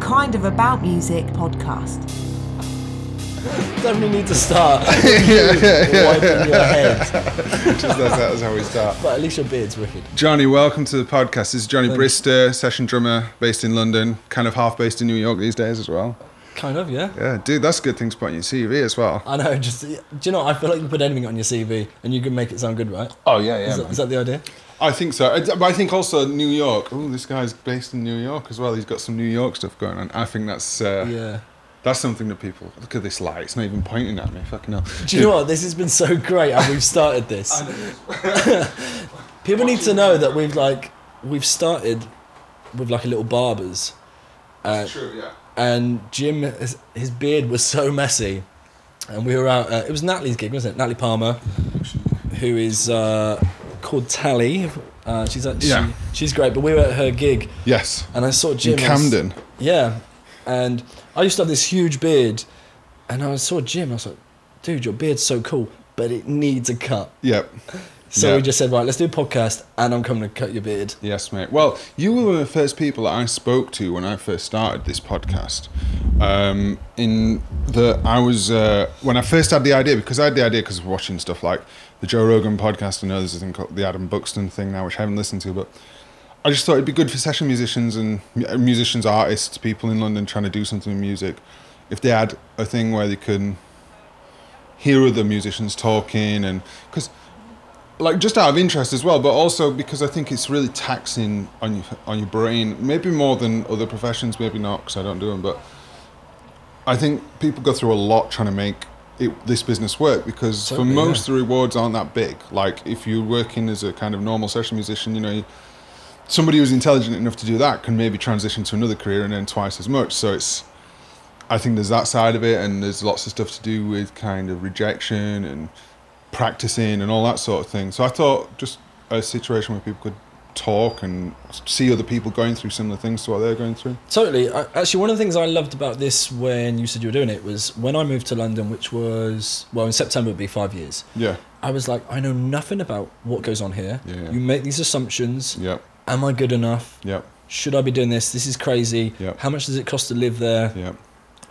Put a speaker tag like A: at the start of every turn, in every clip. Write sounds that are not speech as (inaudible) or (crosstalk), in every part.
A: kind of about music podcast.
B: Definitely need to start wiping your head.
C: Just that's, that's how we start.
B: But at least your beard's wicked.
C: Johnny, welcome to the podcast. This is Johnny Brister, session drummer based in London, kind of half based in New York these days as well.
B: Kind of, yeah.
C: Yeah, dude, that's a good thing to put on your CV as well.
B: I know. Just do you know? I feel like you put anything on your CV and you can make it sound good, right?
C: Oh, yeah, yeah.
B: Is that, is that the idea?
C: I think so. I, but I think also New York. Oh, this guy's based in New York as well. He's got some New York stuff going on. I think that's uh,
B: Yeah.
C: that's something that people look at this light. It's not even pointing at me. Fucking hell.
B: Do you know what? This has been so great how we've started (laughs) this. People need to know that we've like we've started with like a little barbers,
C: It's true, yeah.
B: and Jim his, his beard was so messy, and we were out. Uh, it was Natalie's gig, wasn't it? Natalie Palmer, who is uh, called Tally. Uh, she's actually,
C: Yeah.
B: she's great, but we were at her gig,
C: Yes.
B: and I saw Jim
C: In
B: I was-
C: Camden.
B: yeah. And I used to have this huge beard. And I saw Jim. I was like, dude, your beard's so cool, but it needs a cut.
C: Yep.
B: So
C: Yeah.
B: we just said, right, let's do a podcast and I'm coming to cut your beard.
C: Yes, mate. Well, you were one of the first people that I spoke to when I first started this podcast. Um, in the I was uh, when I first had the idea because I had the idea because of watching stuff like the Joe Rogan podcast. I know there's a thing called the Adam Buxton thing now, which I haven't listened to, but I just thought it'd be good for session musicians and mu- musicians, artists, people in London trying to do something in music. If they had a thing where they can hear other musicians talking and because like just out of interest as well, but also because I think it's really taxing on your on your brain. Maybe more than other professions, maybe not because I don't do them. But I think people go through a lot trying to make it, this business work because for
B: Totally,
C: most the rewards aren't that big. Like if you're working as a kind of normal session musician, you know. Somebody who's intelligent enough to do that can maybe transition to another career and earn twice as much. So it's, I think there's that side of it, and there's lots of stuff to do with kind of rejection and practicing and all that sort of thing. So I thought just a situation where people could talk and see other people going through similar things to what they're going through.
B: Totally. I, actually, one of the things I loved about this when you said you were doing it was when I moved to London, which was, well, in September would be five years.
C: Yeah,
B: I was like, I know nothing about what goes on here.
C: Yeah, yeah.
B: You make these assumptions.
C: yeah,
B: Am I good enough?
C: yeah,
B: Should I be doing this? This is crazy.
C: Yeah.
B: How much does it cost to live there?
C: yeah,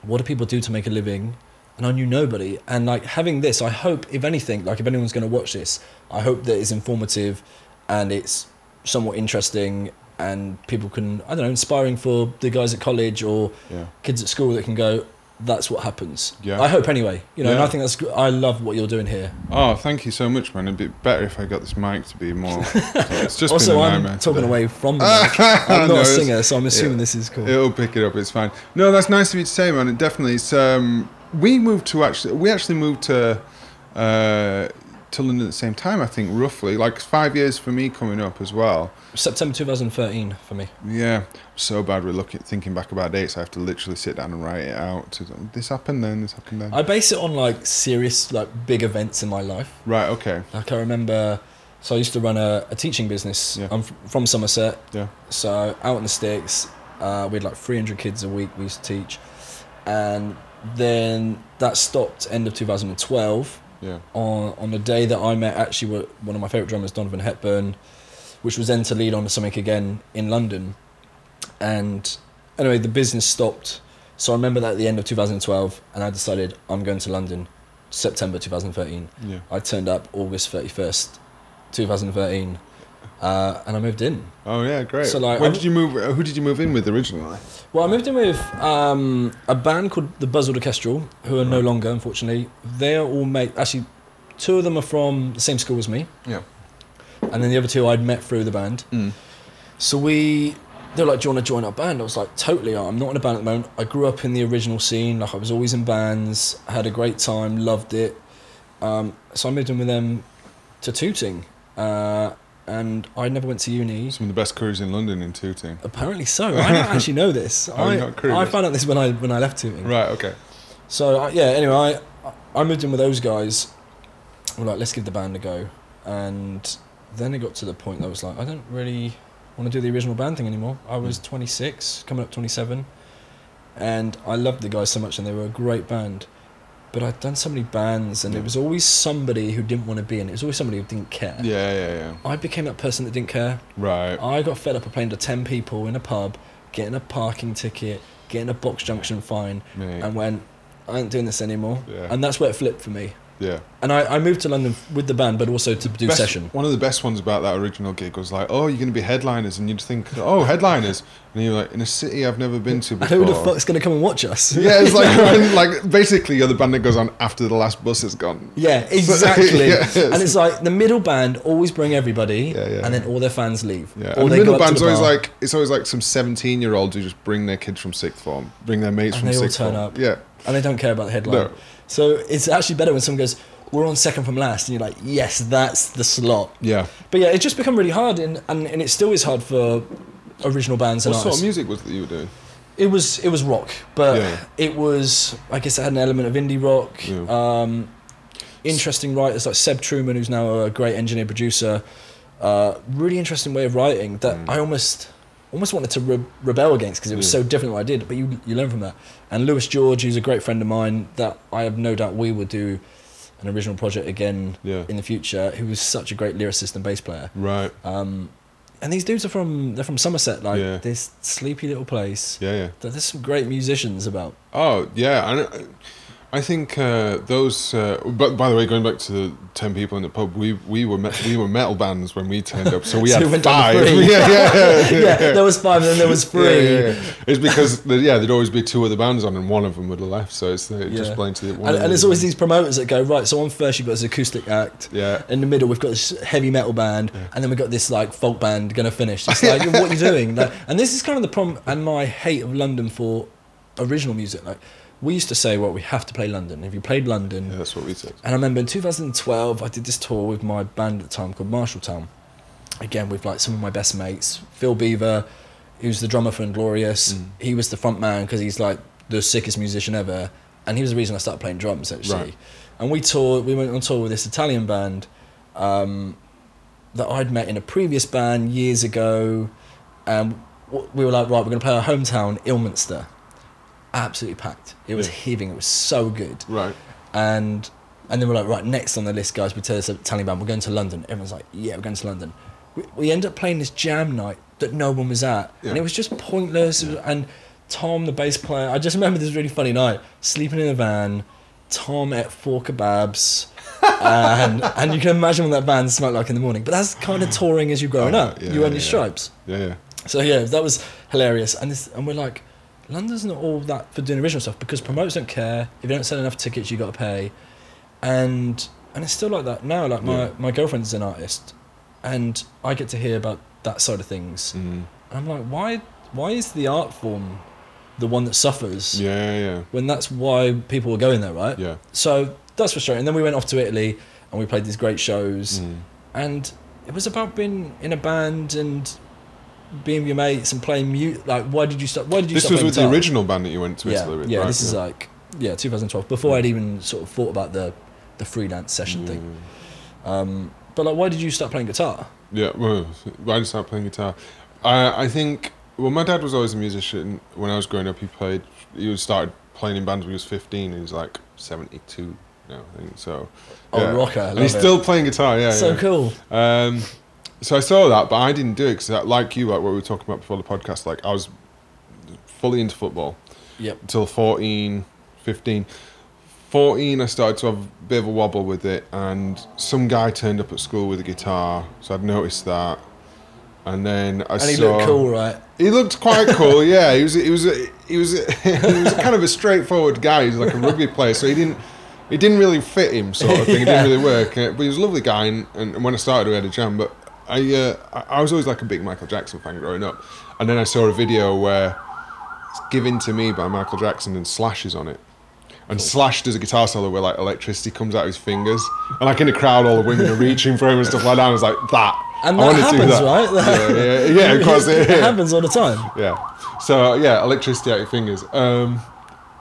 B: what do people do to make a living? And I knew nobody. And like having this, I hope, if anything, like if anyone's going to watch this, I hope that it's informative and it's somewhat interesting and people can, I don't know, inspiring for the guys at college or
C: yeah.
B: kids at school that can go, that's what happens.
C: Yeah.
B: I hope anyway. You know, and I
C: Yeah.
B: think that's, gr- I love what you're doing here.
C: Oh, thank you so much, man. It'd be better if I got this mic to be more. It's just
B: also,
C: been a
B: I'm
C: nightmare
B: talking
C: today.
B: away from the
C: (laughs)
B: mic. I'm
C: No,
B: not a
C: it's-
B: singer, so I'm assuming
C: yeah.
B: this is cool.
C: It'll pick it up. It's fine. No, that's nice of you to say, man. It definitely. It's, um, we moved to actually. We actually moved to uh, to London at the same time. I think roughly like five years for me coming up as well.
B: September 2013 for me.
C: Yeah, I'm so bad with looking thinking back about dates. I have to literally sit down and write it out. To them. This happened then. This happened then.
B: I base it on like serious, like big events in my life.
C: right. Okay.
B: Like I remember, so I used to run a, a teaching business.
C: Yeah.
B: I'm f- from Somerset,
C: Yeah.
B: so out in the sticks, uh, we had like 300 kids a week we used to teach, and then that stopped end of 2012
C: Yeah.
B: on on the day that I met actually were one of my favorite drummers, Donovan Hepburn, which was then to lead on to something again in London, and anyway the business stopped. So I remember that at the end of 2012, and I decided I'm going to London, September 2013.
C: Yeah.
B: I turned up August 31st, 2013, uh, and I moved in.
C: Oh yeah. Great.
B: So, like,
C: when
B: I'm-
C: did you move? Who did you move in with originally?
B: Well, I moved in with um, a band called the Buzzard Orchestral, who are no longer, unfortunately. They are all mate. Actually, two of them are from the same school as me,
C: Yeah.
B: and then the other two I'd met through the band.
C: Mm.
B: So we, they were like, "Do you want to join our band?" I was like, "Totally." I'm not in a band at the moment. I grew up in the original scene. Like I was always in bands. Had a great time. Loved it. Um, so I moved in with them to Tooting, uh, and I never went to uni.
C: Some of the best crews in London in tooting.
B: Apparently so. I
C: (laughs)
B: don't actually know this.
C: Oh,
B: I,
C: you're not clueless.
B: I found out this when I when I left Tooting.
C: Right. Okay.
B: So I, yeah, anyway, I I moved in with those guys. We're like, let's give the band a go, and then it got to the point that I was like, I don't really want to do the original band thing anymore. I was 26, coming up 27, and I loved the guys so much, and they were a great band. But I'd done so many bands, and it was always somebody who didn't want to be in it. It was always somebody who didn't care.
C: Yeah. Yeah. Yeah.
B: I became that person that didn't care.
C: Right.
B: I got fed up of playing to 10 people in a pub, getting a parking ticket, getting a box junction fine,
C: Mate.
B: and went, I ain't doing this anymore.
C: Yeah.
B: And that's where it flipped for me.
C: Yeah.
B: And I, I moved to London with the band, but also to do
C: Best-
B: session.
C: One of the best ones about that original gig was like, oh, you're going to be headliners, and you'd think, oh, headliners, and you're like, in a city I've never
B: (laughs)
C: been to
B: And
C: before.
B: who the fuck's going to come and watch us?
C: (laughs) Yeah, it's like when, like basically you're the band that goes on after the last bus has gone.
B: (laughs)
C: (laughs)
B: Yeah, exactly.
C: Yes.
B: And it's like the middle band always bring everybody,
C: Yeah, yeah.
B: and then all their fans leave.
C: Yeah,
B: Or
C: and the
B: they
C: middle
B: go up to
C: band's
B: the
C: always
B: bar.
C: like it's always like some seventeen-year-olds who just bring their kids from sixth form, bring their mates
B: And
C: from
B: they all
C: sixth
B: turn
C: form.
B: up.
C: Yeah,
B: and they don't care about the headline.
C: No.
B: So it's actually better when someone goes, "We're on second from last," and you're like, "Yes, that's the slot."
C: yeah.
B: But yeah, it's just become really hard, and and, and it still is hard for original bands and
C: what sort
B: artists.
C: of music was that you were doing?
B: It was it was rock, but
C: Yeah.
B: it was I guess it had an element of indie rock.
C: Yeah.
B: Um, interesting writers like Seb Truman, who's now a great engineer producer. Uh, really interesting way of writing that I almost almost wanted to re- rebel against because it was
C: Mm. Yeah.
B: so different what I did. But you you learn from that. And Lewis George, who's a great friend of mine, that I have no doubt we will do an original project again
C: Yeah.
B: in the future. Who was such a great lyricist and bass player.
C: Right.
B: Um, and these dudes are from they're from Somerset, like
C: Yeah.
B: this sleepy little place.
C: Yeah, yeah.
B: There- There's some great musicians about.
C: Oh yeah, and I think uh, those. Uh, but by the way, going back to the ten people in the pub, we we were me- we were metal bands when we turned up, so
B: (laughs)
C: we
B: So
C: had
B: we went down
C: five.
B: to
C: Yeah,
B: three.
C: (laughs) yeah,
B: (laughs)
C: yeah,
B: Yeah, there was five, and then there was
C: Yeah,
B: three.
C: yeah, yeah. It's because the, yeah, there'd always be two other bands on, and one of them would have left. So it's the, it just
B: Yeah.
C: blames the one.
B: And,
C: of
B: and
C: the
B: there's always
C: other
B: these promoters that go right. So on first you've got this acoustic act.
C: Yeah.
B: In the middle we've got this heavy metal band, and then we've got this like folk band going to finish.
C: (laughs)
B: It's like what are you doing? Like, and this is kind of the problem and my hate of London for original music. Like we used to say, well, we have to play London. If you played London,
C: bands. Yeah, that's what we said.
B: And I remember in 2012, I did this tour with my band at the time called Marshalltown. Again, with like some of my best mates, Phil Beaver, who's the drummer for Inglorious.
C: Mm.
B: He was the front man because he's like the sickest musician ever, and he was the reason I started playing drums actually.
C: Right.
B: And we toured. We went on tour with this Italian band um, that I'd met in a previous band years ago, and w- we were like, right, we're going to play our hometown, Ilminster. Absolutely packed. It was
C: Yeah.
B: heaving. It was so good
C: Right.
B: and and then we're like, right, next on the list, guys, we tell this Italian band, we're going to London. Everyone's like, yeah, we're going to London. We, we end up playing this jam night that no one was at, and
C: Yeah.
B: it was just pointless. And Tom, the bass player, I just remember this really funny night, sleeping in a van. Tom ate four
C: (laughs)
B: kebabs, and and you can imagine what that band smelled like in the morning. But that's kind of touring as you're growing
C: Oh,
B: up.
C: yeah,
B: you earn
C: yeah,
B: your
C: yeah.
B: stripes.
C: Yeah, yeah.
B: So yeah, that was hilarious. And this, and we're like, London's not all that for doing original stuff because promoters don't care. If you don't sell enough tickets, you got to pay. And and it's still like that now. Like my
C: Yeah.
B: my girlfriend's an artist, and I get to hear about that side of things.
C: Mm.
B: And I'm like, why why is the art form the one that suffers
C: Yeah, yeah,
B: when that's why people were going there, right?
C: yeah.
B: So that's frustrating. And then we went off to Italy and we played these great shows
C: Mm.
B: and it was about being in a band and being with your mates and playing mute. Like, why did you stop? Why did you
C: This
B: stop
C: was
B: playing
C: with the
B: guitar?
C: original band that you went to
B: Yeah,
C: Italy with.
B: yeah.
C: right?
B: This is like yeah, 2012. Before I'd even sort of thought about the the freelance session
C: yeah.
B: thing. Um, but like, why did you start playing guitar?
C: Yeah, well, I just started playing guitar. I I think well, my dad was always a musician. When I was growing up, he played. He was started playing in bands when he was fifteen, and he's like seventy two now. I think so.
B: Oh,
C: yeah.
B: rocker! I
C: and
B: love
C: he's
B: it.
C: still playing guitar. Yeah,
B: so
C: yeah.
B: cool.
C: Um, so I saw that, but I didn't do it because, like you, like what we were talking about before the podcast, like I was fully into football
B: Yep.
C: until 14, 15. 14, I started to have a bit of a wobble with it, and some guy turned up at school with a guitar, so I'd noticed that. And then I
B: And he
C: saw.
B: looked cool, right?
C: He looked quite cool, yeah. He was, he was, he was, (laughs) he was kind of a straightforward guy. He was like a rugby player, so he didn't, it didn't really fit him, sort of thing.
B: (laughs)
C: It
B: Yeah.
C: didn't really work. uh, But he was a lovely guy, and, and when I started, we had a jam. But I, uh, I I was always like a big Michael Jackson fan growing up, and then I saw a video where it's "Given to Me" by Michael Jackson and Slash is on it. And Slash does a guitar solo where like electricity comes out of his fingers, and like in the crowd, all the women are reaching for him and stuff like that. And I was like, that.
B: And
C: I
B: that
C: wanna do
B: happens,
C: that.
B: right?
C: Yeah,
B: (laughs)
C: yeah, yeah, of course.
B: it,
C: yeah.
B: happens all the time. (laughs)
C: (laughs) Yeah. So yeah, electricity out your fingers, um,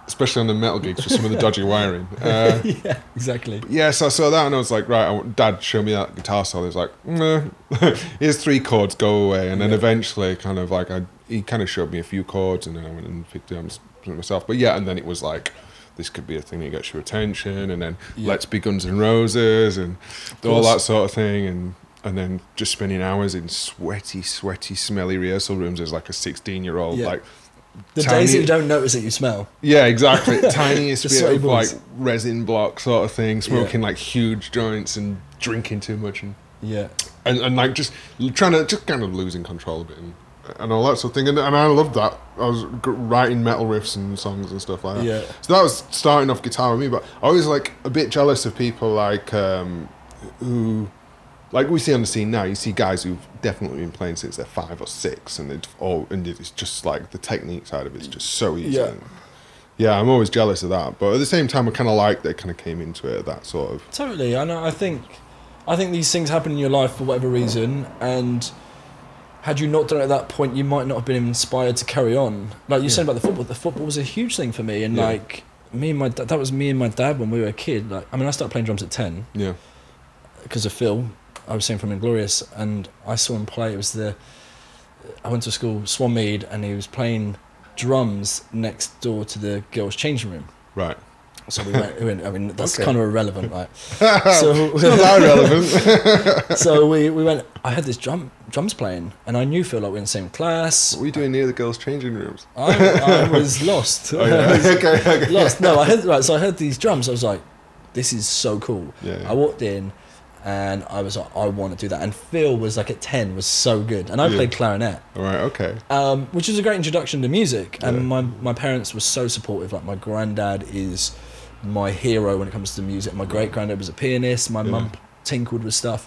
C: especially on the metal gigs for some of the dodgy wiring. Uh,
B: yeah, exactly.
C: yeah, so I saw that and I was like, right, I want, Dad, show me that guitar solo. He's like, (laughs) nah. here's three chords, go away. And then
B: Yeah.
C: eventually, kind of like, I, he kind of showed me a few chords, and then I went and picked them myself. But yeah, and then it was like. This could be a thing that gets your attention, and then
B: Yeah.
C: let's be Guns N' Roses, and all
B: course.
C: that sort of thing, and and then just spending hours in sweaty, sweaty, smelly rehearsal rooms as like a sixteen-year-old,
B: Yeah.
C: like
B: The
C: Tiny-
B: days that you don't notice it, you smell.
C: Yeah, exactly. Tiniest
B: Just
C: bit
B: sweaty
C: of like
B: balls.
C: resin block sort of thing, smoking like huge joints and drinking too much and,
B: Yeah.
C: and, and like just l- trying to just kind of losing control a bit and, and all that sort of thing. And, and I loved that. I was g- writing metal riffs and songs and stuff like that.
B: Yeah.
C: So that was starting off guitar with me, but I was like a bit jealous of people like um, who. Like we see on the scene now, you see guys who've definitely been playing since they're five or six, and it's all and it's just like the technique side of it's just so easy.
B: Yeah.
C: Yeah, I'm always jealous of that, but at the same time, I kind of like they kind of came into it at that sort of.
B: Totally, and I I think, I think these things happen in your life for whatever reason, and had you not done it at that point, you might not have been inspired to carry on. Like you said about the football, the football was a huge thing for me, and
C: Yeah.
B: like me and my da- that was me and my dad when we were a kid. Like I mean, I started playing drums at ten
C: Yeah,
B: because of Phil. I was seeing from Inglorious, and I saw him play. It was the I went to school Swanmead, and he was playing drums next door to the girls' changing room.
C: right. (laughs)
B: So we went. we went- I mean, that's
C: Okay.
B: kind of irrelevant,
C: (laughs)
B: right?
C: So it's not that relevant.
B: so we, we went. I had this drum drums playing, and I knew Phil like we were in the same class.
C: what are you doing near the girls' changing rooms? (laughs)
B: I, I was lost.
C: Oh, yeah. (laughs) okay, okay.
B: (laughs) lost. No, I heard right. So I heard these drums. I was like, this is so cool.
C: Yeah, yeah.
B: I walked in, and I was like, I want to do that. And Phil was like at ten, was so good, and I
C: Yeah.
B: played clarinet
C: All right, okay.
B: um, which was a great introduction to music. And
C: Yeah.
B: my, my parents were so supportive. Like my granddad is my hero when it comes to music. My great granddad was a pianist. My
C: Yeah.
B: mum tinkled with stuff.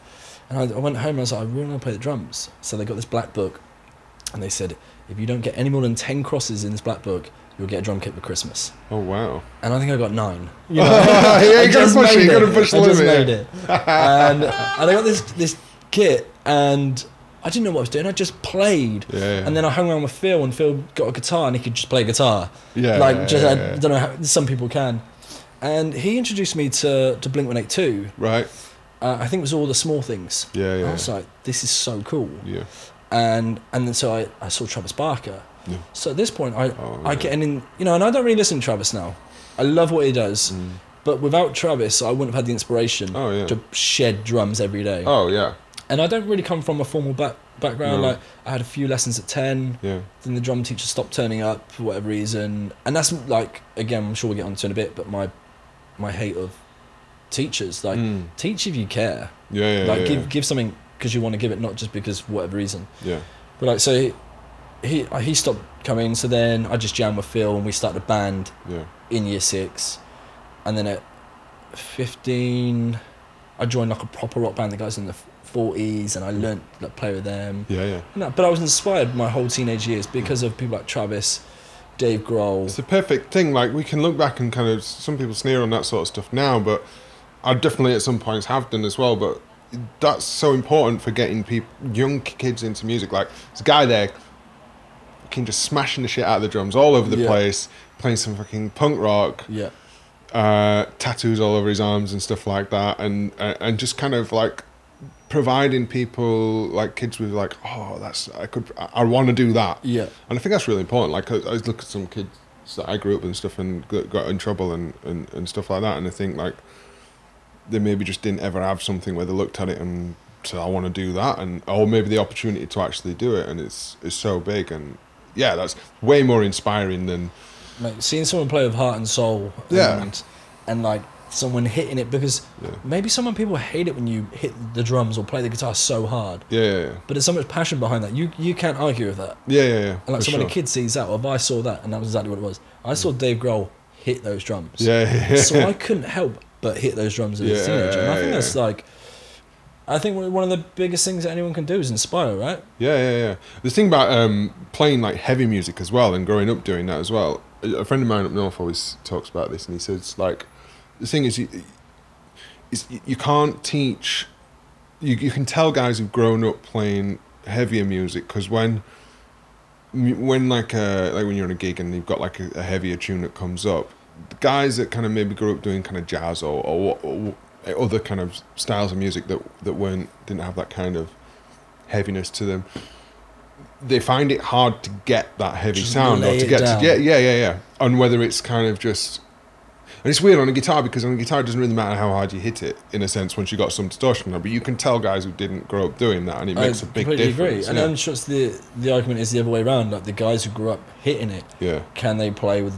B: And I, I went home and I was like, I really want to play the drums. So they got this black book, and they said, if you don't get any more than ten crosses in this black book, you'll get a drum kit for Christmas.
C: Oh wow.
B: And I think I got nine. (laughs) You
C: (laughs) yeah,
B: I
C: you gotta
B: just
C: push it.
B: made
C: You gotta push the
B: I just
C: limit.
B: made
C: (laughs)
B: it. And, and I got this this kit, and I didn't know what I was doing. I just played.
C: Yeah, yeah.
B: And then I hung around with Phil, and Phil got a guitar, and he could just play guitar.
C: Yeah,
B: like
C: yeah,
B: just
C: yeah,
B: I
C: yeah.
B: don't know how some people can. And he introduced me to to Blink One Eight Two.
C: Right.
B: Uh, I think it was all the small things.
C: Yeah,
B: I
C: yeah,
B: was like, this is so cool.
C: yeah.
B: And and then so I, I saw Travis Barker.
C: Yeah.
B: So at this point, I
C: Oh,
B: I
C: yeah.
B: get in, you know, and I don't really listen to Travis now. I love what he does.
C: Mm.
B: But without Travis, I wouldn't have had the inspiration
C: Oh yeah.
B: to shed drums every day.
C: Oh yeah.
B: And I don't really come from a formal back, background.
C: No.
B: Like I had a few lessons at ten,
C: Yeah.
B: then the drum teacher stopped turning up for whatever reason. And that's like again, I'm sure we'll get onto it in a bit, but my my hate of teachers, like
C: Mm.
B: teach if you care,
C: Yeah, yeah,
B: like
C: yeah,
B: give give something because you want to give it, not just because for whatever reason.
C: yeah.
B: But like so, he he, uh, he stopped coming. So then I just jammed with Phil, and we started a band
C: Yeah.
B: in year six, and then at fifteen, I joined like a proper rock band. The guys in the forties, and I learnt like play with them.
C: Yeah, yeah.
B: No, but I was inspired my whole teenage years because of people like Travis, Dave
C: It's
B: Grohl.
C: the perfect thing. Like we can look back and kind of some people sneer on that sort of stuff now, but I definitely at some points have done as well. But that's so important for getting people, young kids into music. Like this guy there, can just smashing the shit out of the drums all over the
B: Yeah.
C: place, playing some fucking punk rock,
B: Yeah,
C: uh, tattoos all over his arms and stuff like that, and uh, and just kind of like providing people like kids with like oh that's I could I, I want to do that
B: yeah,
C: and I think that's really important. Like, I, I look at some kids that I grew up with and stuff and got, got in trouble and, and, and stuff like that. And I think, like, they maybe just didn't ever have something where they looked at it and said, I want to do that. And, or maybe the opportunity to actually do it. And it's, it's so big. And yeah, that's way more inspiring than,
B: like seeing someone play with heart and soul.
C: Yeah.
B: and, and like someone hitting it because
C: Yeah.
B: maybe some people hate it when you hit the drums or play the guitar so hard.
C: yeah, yeah, yeah.
B: But there's so much passion behind that. You you can't argue with that.
C: Yeah, yeah, yeah.
B: And like
C: for
B: so when a
C: sure.
B: kid sees that, or if I saw that, and that was exactly what it was. I saw Dave Grohl hit those drums.
C: Yeah, yeah, yeah.
B: So I couldn't help but hit those drums as a
C: Yeah,
B: teenager. And I think
C: yeah.
B: that's like, I think one of the biggest things that anyone can do is inspire, right?
C: (laughs) Yeah, yeah, yeah. The thing about um, playing like heavy music as well and growing up doing that as well. A a friend of mine up north always talks about this, and he says like, the thing is, you, is you- you can't teach. You you can tell guys who've grown up playing heavier music because when mu- when like uh like when you're on a gig and you've got like a, a heavier tune that comes up, the guys that kind of maybe grew up doing kind of jazz or or, what- or other kind of styles of music that that weren't didn't have that kind of heaviness to them. They find it hard to get that heavy
B: Just
C: sound or
B: lay
C: to
B: it
C: get to,
B: down.
C: yeah yeah yeah yeah. And whether it's kind of just And it's weird on a guitar because on a guitar it doesn't really matter how hard you hit it, in a sense, once you got some distortion on it. But you can tell guys who didn't grow up doing that, and it makes a big
B: completely
C: difference.
B: And I'm sure it's the the argument is the other way around. Like the guys who grew up hitting it,
C: yeah.
B: can they play with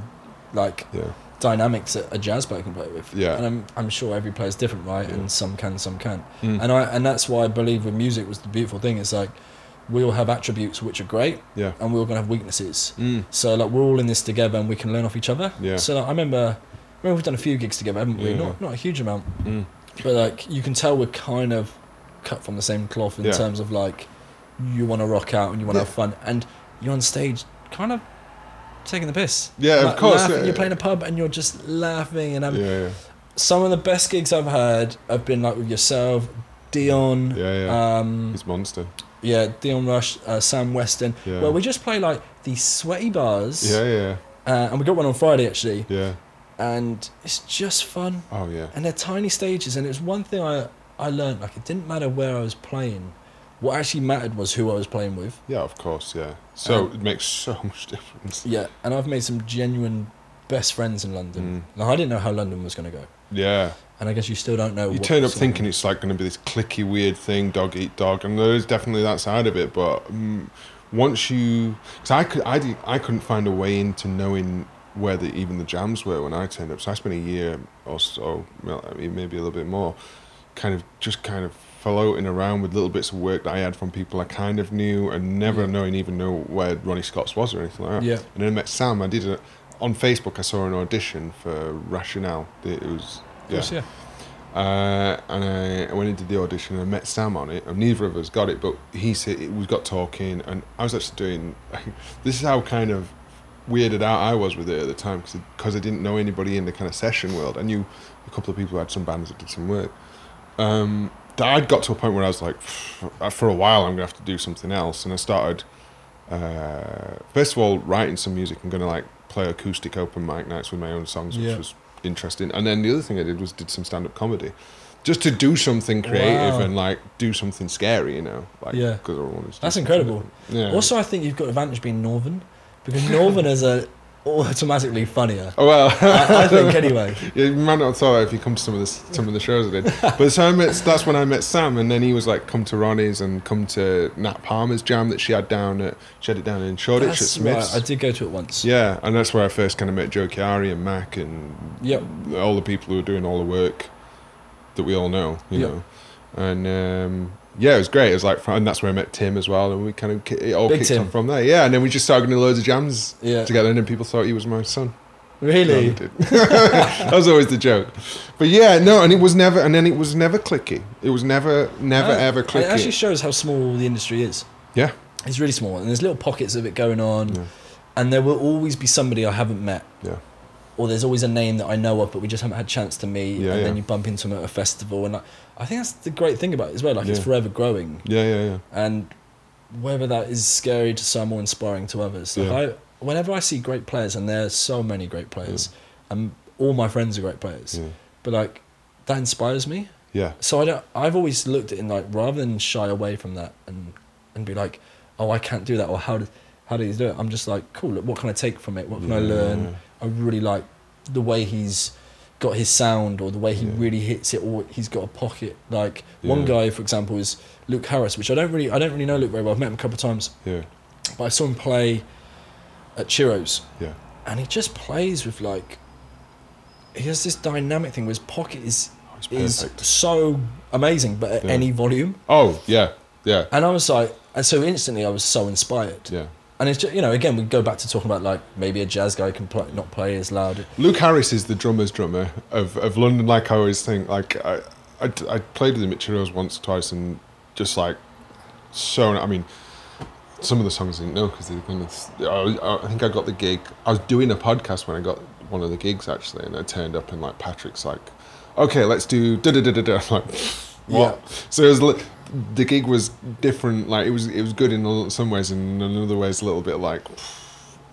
B: like
C: yeah, yeah.
B: dynamics that a jazz player can play with?
C: Yeah.
B: And I'm I'm sure every player's different, right?
C: Yeah.
B: And some can, some can't.
C: Mm.
B: And I and that's why I believe with music was the beautiful thing. It's like we all have attributes which are great,
C: Yeah.
B: and we're all gonna have weaknesses.
C: Mm.
B: So like we're all in this together, and we can learn off each other.
C: Yeah.
B: So like, I remember, remember we've done a few gigs together, haven't we?
C: Yeah.
B: Not not a huge amount,
C: Mm.
B: but like you can tell we're kind of cut from the same cloth in
C: Yeah.
B: terms of like you want to rock out and you want to
C: Yeah.
B: have fun, and you're on stage kind of taking the piss.
C: Yeah, of
B: Like,
C: course,
B: laughing-
C: yeah,
B: you're
C: yeah.
B: playing a pub and you're just laughing, and I'm (laughs)
C: yeah,
B: some of the best gigs I've had have been like with yourself, Dion,
C: Yeah, yeah.
B: um,
C: It's monster.
B: yeah, Dion Rush, uh, Sam Weston,
C: Yeah.
B: where we just play like these sweaty bars,
C: Yeah, yeah,
B: uh, and we got one on Friday actually,
C: yeah.
B: and it's just fun,
C: Oh yeah.
B: and they're tiny stages, and it's one thing I I learned like it didn't matter where I was playing, what actually mattered was who I was playing with,
C: Yeah, of course, yeah. So
B: Um,
C: it makes so (laughs) much difference.
B: yeah, and I've made some genuine best friends in London.
C: Mm.
B: Now I didn't know how London was going to go,
C: Yeah.
B: and I guess you still don't know.
C: You
B: what
C: turn up
B: it's like.
C: thinking it's like going to be this clicky, weird thing, dog eat dog, and there is definitely that side of it. But um, once you, because I could, I, did- I couldn't find a way into knowing where the, even the jams were when I turned up. So I spent a year or so, well, I mean, maybe a little bit more, kind of just kind of floating around with little bits of work that I had from people I kind of knew, and never knowing even know where Ronnie Scott's was or anything like that.
B: Yeah.
C: And then I met Sam. I did a, on Facebook. I saw an audition for Rationale. It was.
B: Of course, yeah.
C: Uh, and I, I went into the audition and I met Sam on it. And neither of us got it, but he said we got talking, and I was actually doing. (laughs) this is how kind of weirded out I was with it at the time because I didn't know anybody in the kind of session world. I knew a couple of people who had some bands that did some work. Um, that I'd got to a point where I was like, "Pff, for a while, I'm gonna have to do something else, and I started. Uh, first of all, writing some music. I'm gonna like play acoustic open mic nights with my own songs, which
B: Yeah.
C: was interesting. And then the other thing I did was did some stand up comedy, just to do something creative
B: Wow.
C: and like do something scary, you know, like
B: Yeah.
C: because I wanted to. do
B: That's
C: something
B: incredible.
C: different. Yeah.
B: Also, I think you've got advantage being northern because northerners are automatically funnier.
C: oh well.
B: I, I
C: (laughs)
B: think anyway.
C: You might not tell if you come to some of the some of the shows I did. But so I met, that's when I met Sam, and then he was like, "Come to Ronnie's and come to Nat Palmer's jam that she had down at she had it down in Shoreditch at
B: That's
C: Smiths."
B: right. I did go to it once.
C: Yeah, and that's where I first kind of met Joe Chiari and Mac and
B: Yep.
C: all the people who are doing all the work that we all know, you
B: Yep.
C: know. And um, yeah, it was great. It was like, and that's where I met Tim as well, and we kind of ki- it all
B: Big
C: kicked
B: Tim.
C: off from there. Yeah, and then we just started doing loads of jams
B: Yeah.
C: together, and then people thought he was my son.
B: Really?
C: No, they didn't. (laughs) that was always the joke. But yeah, no, and it was never, and then it was never clicky. It was never, never,
B: Uh,
C: ever clicky.
B: It actually shows how small the industry is.
C: yeah,
B: It's really small, and there's little pockets of it going on,
C: Yeah.
B: and there will always be somebody I haven't met.
C: yeah,
B: Or there's always a name that I know of, but we just haven't had a chance to meet.
C: Yeah,
B: and then
C: yeah.
B: you bump into them at a festival, and like, I think that's the great thing about it as well. Like it's
C: Yeah.
B: forever growing.
C: yeah, yeah, yeah.
B: and whether that is scary to some or inspiring to others. Like
C: Yeah.
B: I, whenever I see great players, and there are so many great players, and all my friends are great players,
C: Yeah.
B: but like that inspires me.
C: Yeah,
B: So I don't. I've always looked at it in like rather than shy away from that and and be like, oh, I can't do that, or how did how did he do it? I'm just like, cool. Look, what can I take from it? What can I
C: Yeah.
B: learn? I really like the way he's got his sound or the way he
C: Yeah.
B: really hits it or he's got a pocket like one
C: Yeah.
B: guy for example is Luke Harris which I don't really I don't really know Luke very well I've met him a couple of times
C: yeah,
B: but I saw him play at Chiro's
C: yeah,
B: and he just plays with like he has this dynamic thing where his pocket is
C: Oh, it's
B: is
C: perfect.
B: so amazing but at
C: Yeah.
B: any volume
C: Oh, yeah, yeah,
B: and I was like and so instantly I was so inspired
C: yeah.
B: and it's just, you know again we go back to talking about like maybe a jazz guy can pl- not play as loud
C: Luke Harris is the drummer's drummer of, of London. Like I always think, like I, I, I played with him at Chiros once, twice, and just like so. I mean, some of the songs I didn't know because they kind of. I, was- I think I got the gig. I was doing a podcast when I got one of the gigs actually, and I turned up and like Patrick's like, okay, let's do da da da da da. I'm like, (laughs) what? So it was. Li- the gig was different. Like it was, it was good in l- some ways, and in other ways, a little bit like,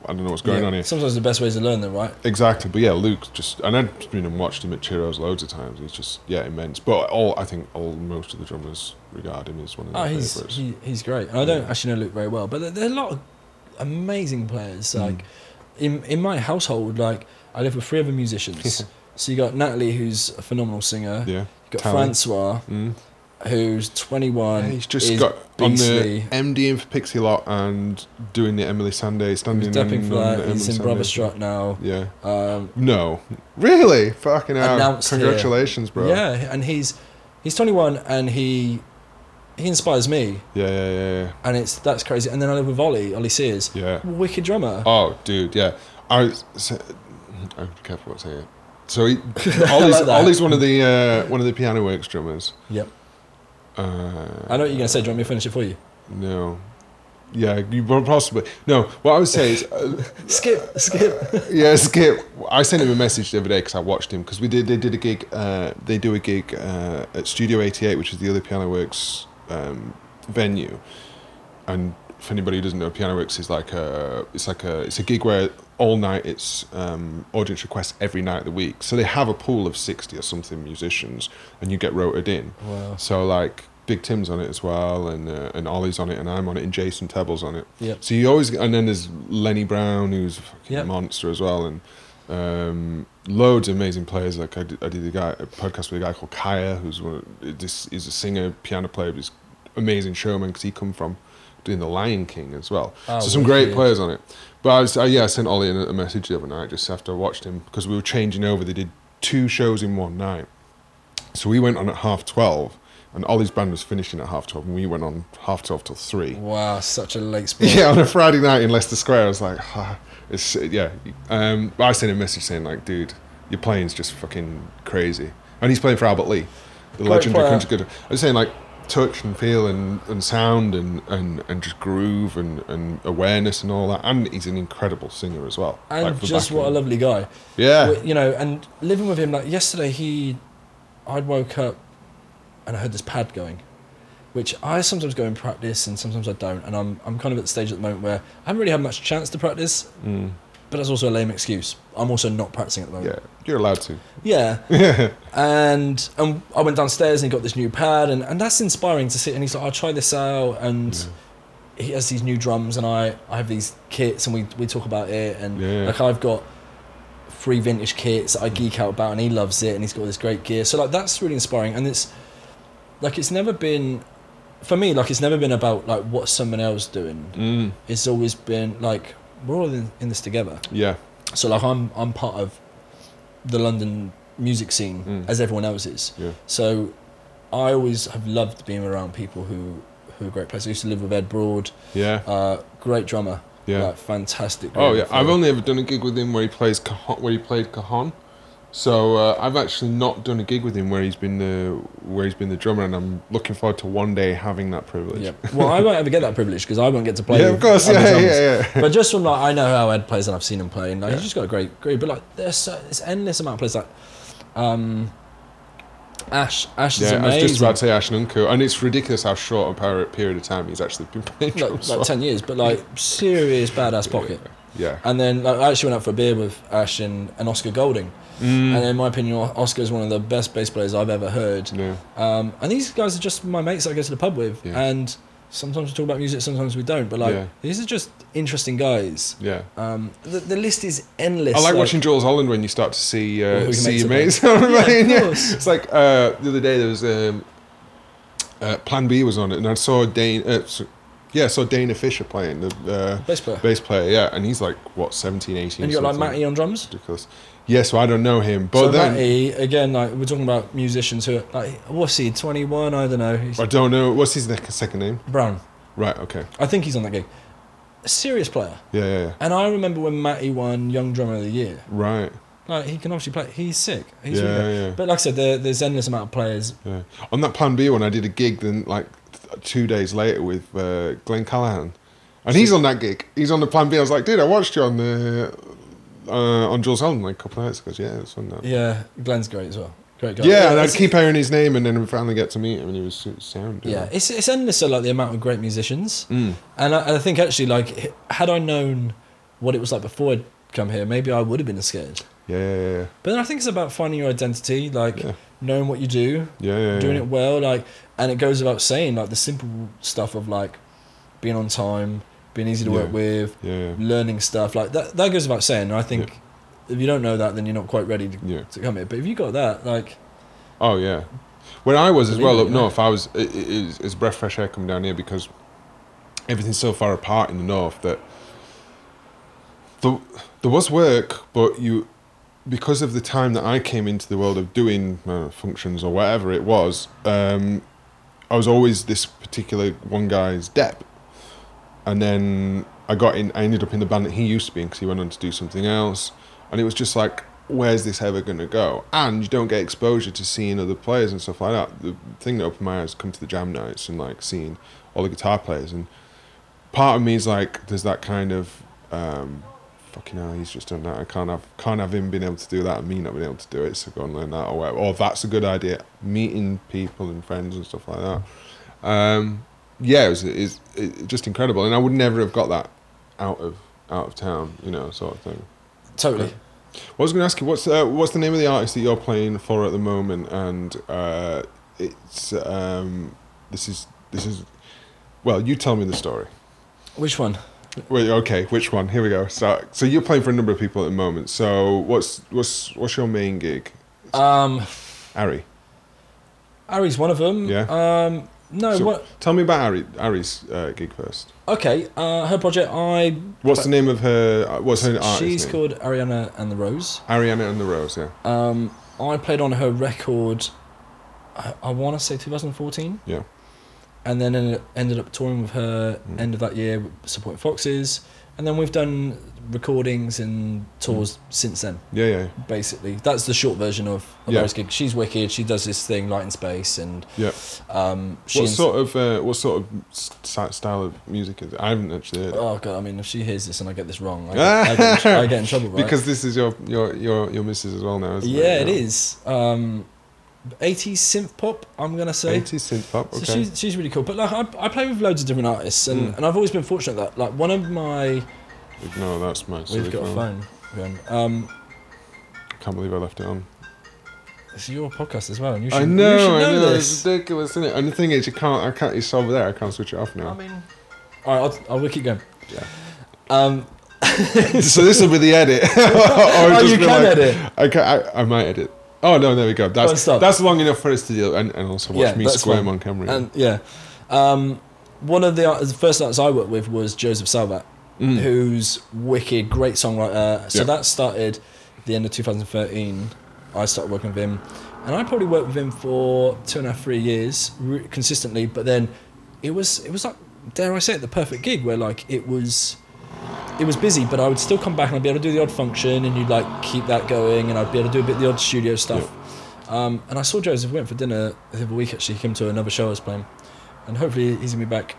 C: I don't know what's going
B: Yeah.
C: on here.
B: sometimes the best ways to learn them right
C: Exactly, but yeah, Luke just and I've been and watched him at Chiro's loads of times. He's just yeah immense. But all I think all most of the drummers regard him as one of their
B: Oh, he's
C: favorites.
B: he, he's great. And I don't
C: Yeah.
B: actually know Luke very well, but there, there are a lot of
C: Mm. (laughs)
B: amazing players. Like in in my household, like I live with three other musicians, So you got Natalie, who's a phenomenal singer.
C: Yeah.
B: You got
C: Talent.
B: Francois,
C: Mm.
B: who's 21.
C: He's just
B: is
C: got
B: beastly.
C: on the MDing for Pixie Lot and doing the Emily Sunday standing.
B: He's dumping
C: in
B: for
C: on
B: that.
C: the
B: He's in
C: Emily
B: Brother
C: Sandé.
B: Strut now.
C: Yeah.
B: Um,
C: No. Really? Fucking hell.
B: Announced here.
C: Congratulations, bro.
B: Yeah, and he's he's 21 and he he inspires me,
C: Yeah, yeah, yeah, yeah.
B: and it's that's crazy. And then I live with Ollie, Ollie Sears,
C: Yeah.
B: wicked drummer.
C: Oh, dude, yeah. I was, so, I'm careful what I say. So he,
B: (laughs)
C: Ollie's,
B: like that.
C: Ollie's one of the uh, one of the piano works drummers.
B: Yep,
C: Uh,
B: I know what you're gonna say. Do you want me to finish it for you?
C: No. Yeah, you well, possibly. No, what I would say is, uh,
B: Skip, skip.
C: (laughs) yeah, Skip. I sent him a message the other day because I watched him because we did. They did a gig. Uh, they do a gig uh, at Studio Eighty Eight, which is the other Piano Works um, venue. And for anybody who doesn't know, Piano Works is like a it's like a it's a gig where all night it's um, audience requests every night of the week. So they have a pool of sixty or something musicians, and you get rotated in.
B: wow.
C: So like Big Tim's on it as well, and uh, and Ollie's on it, and I'm on it, and Jason Tebble's on it.
B: Yep.
C: So you always and then there's Lenny Brown who's a fucking
B: Yep.
C: monster as well, and um, loads of amazing players. Like I did, I did a guy a podcast with a guy called Kaya who's one of, this is a singer, piano player, but he's amazing showman because he come from doing the Lion King as well.
B: Oh,
C: so some great
B: wicked.
C: players on it. But I was, uh, yeah, I sent Ollie in a message the other night just after I watched him because we were changing over. They did two shows in one night. So we went on at half 12, and Ollie's band was finishing at half 12, and we went on half 12 till 3.
B: Wow, such a late sport.
C: (laughs) Yeah, on a Friday night in Leicester Square, I was like, ah, it's, yeah. Um, but I sent him a message saying, like, dude, your playing's just fucking crazy. And he's playing for Albert Lee, the
B: Great
C: legendary
B: player.
C: country good. I was saying, like, touch and feel and, and sound and, and, and just groove and, and awareness and all that. And he's an incredible singer as well.
B: And
C: like, for
B: just
C: backing
B: what a
C: him.
B: lovely guy.
C: Yeah.
B: Well, You know, and living with him, like yesterday, he, I'd woke up and I heard this pad going, which I sometimes go and practice and sometimes I don't. And I'm, I'm kind of at the stage at the moment where I haven't really had much chance to practice, but that's also a lame excuse. I'm also not practicing at the moment.
C: Yeah, you're allowed to. (laughs)
B: Yeah. and and I went downstairs and he got this new pad and, and that's inspiring to see and he's like, I'll try this out and he has these new drums and I, I have these kits and we, we talk about it and
C: Yeah.
B: like I've got free vintage kits that I geek out about and he loves it and he's got this great gear. So like that's really inspiring and it's like it's never been for me, like it's never been about like what someone else doing.
C: Mm.
B: It's always been like we're all in, in this together.
C: Yeah.
B: So like I'm I'm part of the London music scene
C: Mm.
B: as everyone else is.
C: Yeah.
B: So I always have loved being around people who who are great players. I used to live with Ed Broad,
C: Yeah.
B: uh, great drummer,
C: Yeah.
B: like fantastic.
C: Oh yeah,
B: player.
C: I've only ever done a gig with him where he plays cajon, where he played cajon. So uh, I've actually not done a gig with him where he's been the where he's been the drummer, and I'm looking forward to one day having that privilege.
B: Yeah. Well, I won't ever get that privilege because I won't get to play.
C: Yeah,
B: with
C: of course.
B: other
C: Yeah,
B: drummers.
C: yeah, yeah.
B: But just from like I know how Ed plays and I've seen him play, and like,
C: Yeah.
B: he's just got a great, great. But like there's so, this endless amount of players like um, Ash. Ash is
C: Yeah, I
B: amazing.
C: was just about to say Ash Nunku, and it's ridiculous how short a per- period of time he's actually been (laughs) playing
B: like,
C: drums.
B: like
C: for.
B: ten years, but like serious badass pocket.
C: yeah,
B: And then like, I actually went out for a beer with Ash and, and Oscar Golding.
C: Mm.
B: And in my opinion, O- Oscar is one of the best bass players I've ever heard.
C: no,
B: Um, and these guys are just my mates that I go to the pub with.
C: Yeah.
B: And sometimes we talk about music, sometimes we don't. But like,
C: Yeah.
B: these are just interesting guys.
C: yeah.
B: Um, the, the list is endless.
C: I like watching Jules Holland when you start to see uh,
B: who he
C: see
B: makes
C: your
B: it
C: mates. (laughs)
B: of
C: Yeah.
B: course.
C: It's like uh, the other day there was um, uh, Plan B was on it, and I saw Dane. Uh, s- yeah, I saw Dana Fisher playing the
B: bass player.
C: uh, bass player. Yeah, and he's like what 17, 18
B: and you got like
C: something.
B: Matty on drums.
C: Ridiculous. Yeah, so I don't know him, but
B: so
C: then
B: Matty, again, like we're talking about musicians who are like, what's he? Twenty one? I don't know. He's
C: I don't know what's his ne- second name.
B: Brown.
C: Right. Okay.
B: I think he's on that gig. A serious player.
C: Yeah. Yeah. yeah.
B: And I remember when Matty won Young Drummer of the Year.
C: Right.
B: Like he can obviously play. He's sick. He's
C: Yeah,
B: really good.
C: yeah.
B: But like I said, there, there's endless amount of players.
C: Yeah. On that Plan B one, I did a gig then like th- two days later with uh, Glenn Callahan, and he's on that gig. He's on the Plan B. I was like, dude, I watched you on the uh, on Jules Holland like a couple of nights ago. Yeah, it's on that. Yeah,
B: Yeah, Glenn's great as well. Great guy.
C: and I'd
B: it's-
C: keep hearing his name, and then we finally get to meet him, and he was su- sound.
B: Yeah, it's it's endless. uh, Like the amount of great musicians,
C: Mm.
B: and I, I think actually, like h- had I known what it was like before I'd come here, maybe I would have been scared.
C: Yeah, yeah, yeah,
B: But then I think it's about finding your identity, like
C: Yeah.
B: knowing what you do,
C: yeah, yeah, yeah.
B: doing it well, like, and it goes about saying like the simple stuff of like being on time, being easy to
C: Yeah.
B: work with,
C: Yeah, yeah.
B: learning stuff like that that goes without saying and i think if you don't know that, then you're not quite ready to,
C: Yeah.
B: to come here. But if you got that, like,
C: Oh yeah, when I was as well up
B: Believe it,
C: north, I was it, it, it's, it's breath fresh air coming down here because everything's so far apart in the north that the, there was work, but you because of the time that I came into the world of doing uh, functions or whatever it was, um, I was always this particular one guy's dep, and then I got in. I ended up in the band that he used to be in because he went on to do something else, and it was just like, where's this ever going to go? And you don't get exposure to seeing other players and stuff like that. The thing that opened my eyes come to the jam nights and like seeing all the guitar players, and part of me is like, there's that kind of. Um, Fucking hell, he's just done that. I can't have can't have him being able to do that and me not being able to do it. So go and learn that or whatever. Or that's a good idea. Meeting people and friends and stuff like that um, yeah, it was, it, was- it, just incredible, and I would never have got that out of out of town, you know, sort of thing.
B: totally.
C: I was going to ask you what's uh, what's the name of the artist that you're playing for at the moment, and uh, it's um, this is this is well, you tell me the story.
B: Which one?
C: Wait, okay, which one? Here we go. So, so you're playing for a number of people at the moment. So, what's what's what's your main gig,
B: Um,
C: Ari?
B: Ari's one of them.
C: Yeah.
B: Um, no,
C: So
B: what?
C: Tell me about Ari Ari's uh, gig first.
B: Okay, uh, her project. I.
C: What's the name of her? uh, What's her artist?
B: She's
C: name?
B: called Ariana and the Rose.
C: Ariana and the Rose, yeah.
B: Um, I played on her record. I, I want to say 2014.
C: Yeah.
B: and then ended, ended up touring with her
C: Mm.
B: end of that year with supporting foxes and then we've done recordings and
C: Hmm.
B: tours since then
C: Yeah, yeah.
B: basically that's the short version of, of
C: Yeah.
B: Iris gig she's wicked she does this thing light in space and
C: Yeah.
B: um she
C: What
B: ins-
C: sort of uh, what sort of s- s- style of music is it? I haven't actually heard it.
B: oh god i mean if she hears this and i get this wrong i get, I get, in, tr- I get in
C: (laughs)
B: trouble right
C: Because this is your your your your missus as well now, isn't
B: yeah
C: it?
B: it is um 80s synth pop i'm gonna say
C: 80s synth pop. Okay.
B: So she's, she's really cool. But like I, I play with loads of different artists and,
C: Mm.
B: and I've always been fortunate that like one of my
C: Ignore that's my. silly
B: we've got a phone. Going, um,
C: Can't believe I left it on.
B: It's your podcast as well, and you should,
C: I know,
B: you should know,
C: I know. It's
B: this.
C: ridiculous, isn't it? And the thing is, you can't. I can't. It's over there. I can't switch it off
B: I (laughs)
C: now.
B: mean, all right, I'll, I'll we'll keep going.
C: Yeah.
B: Um,
C: so this will be
B: (laughs)
C: the edit. (laughs) Or it'll
B: oh,
C: just
B: you
C: be
B: can
C: like-
B: edit.
C: I, ca I, I might edit. Oh no, there we go.
B: and
C: That's
B: stop.
C: that's long enough for us to deal and, and also watch
B: Yeah,
C: me
B: that's
C: squirm
B: fine.
C: on camera.
B: And yeah, um, one of the, art- the first artists I worked with was Joseph Salvat,
C: Mm.
B: who's wicked, great songwriter. So
C: Yeah.
B: that started the end of 2013. I started working with him, and I probably worked with him for two and a half, three years re- consistently. But then it was it was like dare I say it, the perfect gig where like it was. It was busy, but I would still come back and I'd be able to do the odd function, and you'd like keep that going, and I'd be able to do a bit of the odd studio stuff. Um, and I saw Joseph went for dinner the other week. Actually, he came to another show I was playing, and hopefully he's gonna be back.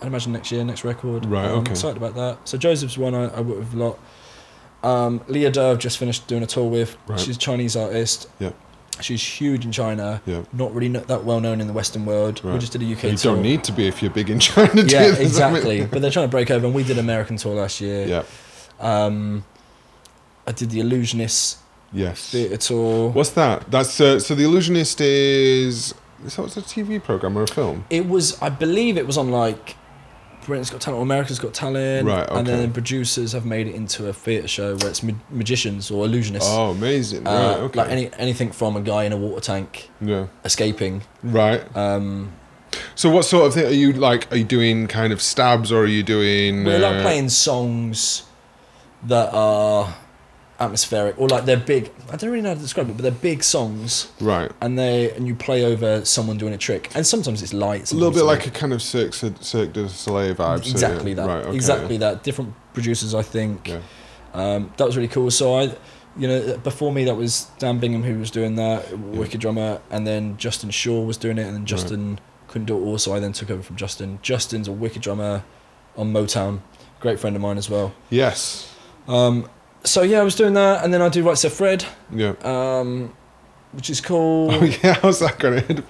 B: I'd imagine next year, next record.
C: Right,
B: I'm
C: okay.
B: excited about that. So Joseph's one I, I work with a lot. Um, Leah Dove just finished doing a tour with.
C: Right.
B: She's a Chinese artist.
C: Yeah.
B: She's huge in China.
C: Yeah.
B: Not really kno- that well known in the Western world. We
C: Right.
B: just did a UK
C: You
B: tour.
C: don't need to be if you're big (laughs) in China. do you?
B: yeah,
C: Does that
B: exactly.
C: make-
B: but they're trying to break over, and we did an American tour last year.
C: Yeah.
B: Um, I did the Illusionist
C: Yes.
B: theatre tour.
C: What's that? That's uh, so. The Illusionist is. So it's a TV program or a film.
B: It was, I believe, it was on like Britain's Got Talent or America's Got Talent,
C: Right,
B: and then
C: okay.
B: the producers have made it into a theatre show where it's ma- magicians or illusionists,
C: Oh, amazing!
B: Uh,
C: right. Okay.
B: like any anything from a guy in a water tank
C: yeah.
B: escaping.
C: Right.
B: Um,
C: So, what sort of thing are you like? Are you doing kind of stabs, or are you doing?
B: We're
C: uh,
B: like playing songs that are atmospheric or like they're big. I don't really know how to describe it, but they're big songs,
C: Right.
B: and they and you play over someone doing a trick, and sometimes it's lights.
C: A little bit like a kind of Cirque, Cirque du Soleil vibe. so
B: exactly
C: yeah.
B: that,
C: Right, okay.
B: exactly that. Different producers, I think.
C: Yeah.
B: Um, that was really cool. So I, you know, before me that was Dan Bingham who was doing that, wicked drummer, and then Justin Shaw was doing it, and then Justin couldn't do it all, so I then took over from Justin. Justin's a wicked drummer on Motown, great friend of mine as well.
C: Yes.
B: Um, so yeah, I was doing that, and then I do Right Said Fred,
C: Yeah.
B: um, which is cool.
C: (laughs) Oh yeah, how's that going?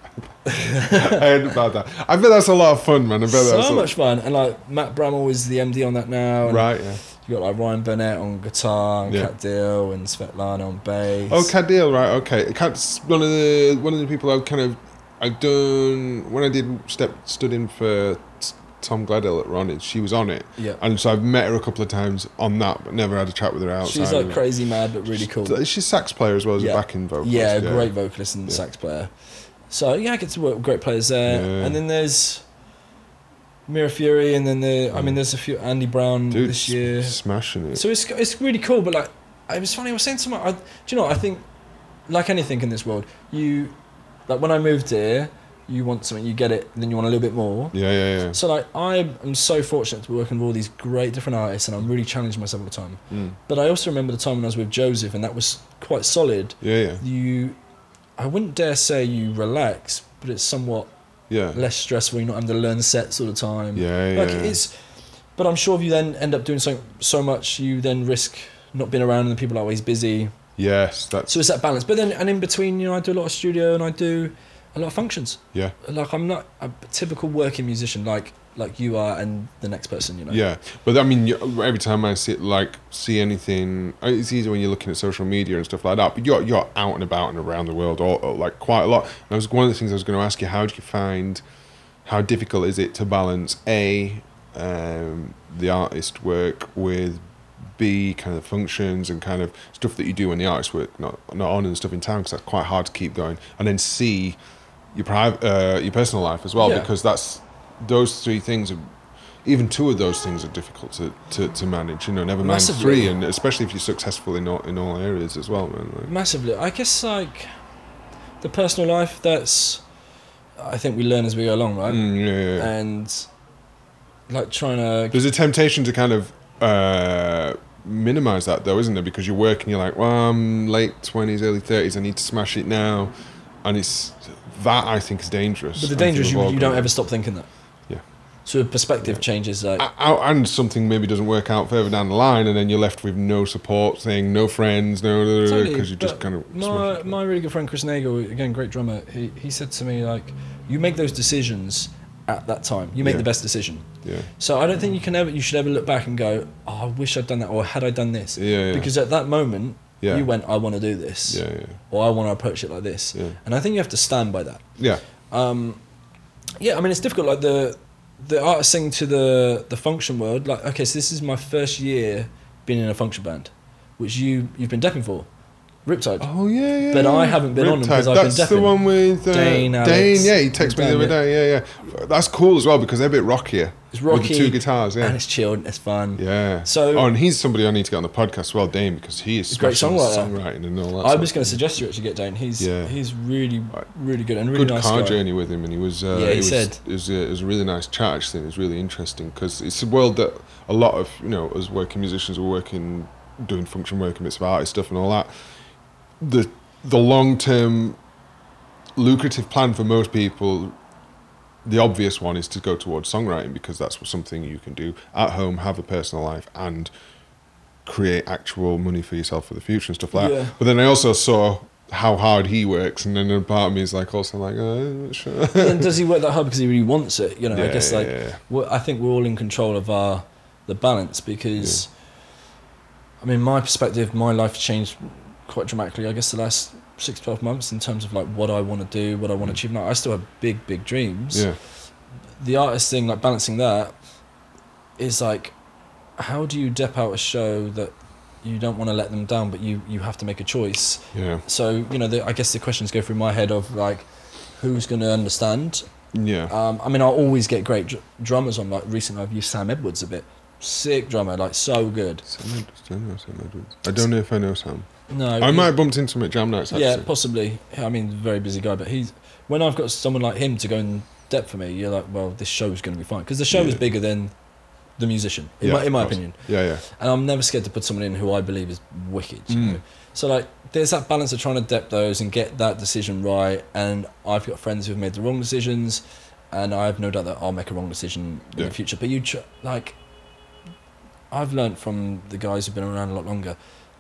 C: I heard about that. I heard about that. I bet that's a lot of fun, man. I bet that's
B: so
C: a-
B: much fun, and like Matt Bramall is the MD on that now. and
C: Right. Yeah.
B: You got like Ryan Burnett on guitar, and
C: Yeah.
B: Cat Deal, and Svetlana on bass.
C: Oh, Cadil, right? Okay, Cat's one of the one of the people I've kind of I've done when I did step stood in for Tom Gledhill at Ronnie's. She was on it.
B: Yeah.
C: And so I've met her a couple of times on that, but never had a chat with her outside.
B: She's
C: of
B: like
C: it.
B: crazy mad, but really cool.
C: She's a sax player as well as
B: Yeah.
C: a backing vocalist.
B: yeah, great vocalist and
C: Yeah.
B: sax player. So yeah, I get to work with great players there.
C: Yeah.
B: And then there's Mira Fury, and then the I mean,
C: Mm.
B: there's a few Andy Brown
C: Dude,
B: this year.
C: s- smashing it.
B: So it's it's really cool. But like, it was funny. I was saying to my, I, do you know? I think like anything in this world, you like when I moved here, you want something, you get it, then you want a little bit more.
C: yeah, yeah, yeah.
B: So like, I am so fortunate to be working with all these great different artists, and I'm really challenging myself all the time.
C: Mm.
B: But I also remember the time when I was with Joseph, and that was quite solid
C: Yeah, yeah,
B: you I wouldn't dare say you relax, but it's somewhat
C: yeah.
B: less stressful, you're not having to learn sets all the time.
C: Yeah,
B: Like
C: yeah.
B: it's but I'm sure if you then end up doing so so much you then risk not being around and the people are always busy.
C: yes, that's
B: So it's that balance. But then and in between, you know, I do a lot of studio and I do a lot of functions.
C: yeah,
B: Like I'm not a typical working musician like like you are and the next person, you know.
C: yeah. But I mean, you- every time I see like see anything, uh, it's easy when you're looking at social media and stuff like that. But you're you're out and about and around the world, or, or like quite a lot. And I was one of the things I was going to ask you: How do you find? How difficult is it to balance a um, the artist work with B kind of functions and kind of stuff that you do when the artists work not not on and stuff in town because that's quite hard to keep going. And then C your private uh, your personal life as well
B: Yeah.
C: because that's those three things are even two of those things are difficult to, to, to manage. You know, never mind
B: Massively.
C: three, and especially if you're successful in all in all areas as well, man. Like,
B: Massively. I guess like the personal life that's I think we learn as we go along, right?
C: Mm, yeah, yeah,
B: Uh,
C: yeah.
B: and like trying to
C: There's a temptation to kind of uh, minimize that, though, isn't there? Because you're working, you're like, well, I'm late twenties, early thirties. I need to smash it now, and it's that I think is dangerous.
B: but the
C: I
B: danger
C: think
B: is you,
C: we've all
B: you
C: got
B: don't
C: it.
B: ever stop thinking that
C: Yeah.
B: so your perspective changes like
C: A- out and something maybe doesn't work out further down the line, and then you're left with no support thing, no friends, no because
B: Totally,
C: you're just
B: but
C: kind of
B: my,
C: smashed.
B: my really good friend Chris Nagel again great drummer he, he said to me like you make those decisions at that time you make
C: Yeah.
B: the best decision
C: yeah,
B: so I don't think you can ever you should ever look back and go oh, I wish I'd done that or had I done this
C: Yeah, yeah.
B: because at that moment
C: Yeah.
B: you went I want to do this
C: yeah, yeah,
B: or I want to approach it like this
C: Yeah.
B: and I think you have to stand by that
C: yeah,
B: yeah i mean it's difficult like the the artist thing to the the function world like okay so this is my first year being in a function band which you you've been depping for riptide
C: Oh yeah, yeah.
B: But
C: yeah.
B: I haven't been on them 'cause I've been
C: That's the
B: deafened.
C: one with uh,
B: Dane,
C: Dane.
B: Alex,
C: yeah, he texted me the
B: Dane,
C: other day. Yeah, yeah. That's cool as well because they're a bit rockier.
B: it's rocky
C: With the two guitars. Yeah.
B: and it's chilled and it's fun
C: yeah.
B: So-
C: oh, and he's somebody I need to get on the podcast as well, Dane, because he is
B: a great
C: smashing his
B: songwriter.
C: songwriting and all that.
B: i
C: stuff.
B: was going to suggest you actually get down he's
C: Yeah.
B: he's really really good and really
C: good
B: nice
C: car
B: guy.
C: journey with him, and he was uh,
B: Yeah,
C: it
B: he
C: was,
B: said.
C: it was, a, it was a really nice chat actually. and It was really interesting because it's a world that a lot of you know as working musicians are working, doing function work and bits of artist stuff and all that. The the long term lucrative plan for most people, the obvious one is to go towards songwriting because that's something you can do at home, have a personal life, and create actual money for yourself for the future and stuff like
B: Yeah.
C: that. But then I also saw how hard he works, and then a part of me is like also like, oh, I'm not sure.
B: But then does he work that hard because he really wants it you know i
C: Yeah,
B: guess like
C: yeah, yeah.
B: we're- i think we're all in control of our the balance because i mean my perspective my life changed quite dramatically i guess the last six 12 months in terms of like what i want to do what i want to achieve now i still have big big dreams
C: Mm. yeah,
B: the artist thing like balancing that is like how do you dep out a show that you don't want to let them down but you you have to make a choice
C: yeah,
B: so you know the, i guess the questions go through my head of like who's going to understand
C: yeah,
B: um, I mean, I always get great dr- drummers on. Like recently, I've used Sam Edwards a bit. Sick drummer, like so good.
C: Sam Edwards, do I know Sam Edwards? I don't know if I know Sam.
B: No,
C: I
B: he-
C: might have bumped into him at jam nights actually.
B: Yeah, possibly. I mean, very busy guy, but he's when I've got someone like him to go in depth for me, you're like, well, this show's going to be fine because the show is
C: Yeah.
B: bigger than the musician, in
C: Yeah,
B: my, in my
C: of course.
B: opinion.
C: yeah, yeah,
B: And I'm never scared to put someone in who I believe is wicked. you
C: Mm.
B: know? So like, there's that balance of trying to depth those and get that decision right. And I've got friends who've made the wrong decisions, and I have no doubt that I'll make a wrong decision in
C: Yeah.
B: the future. But you tr- like, I've learnt from the guys who've been around a lot longer,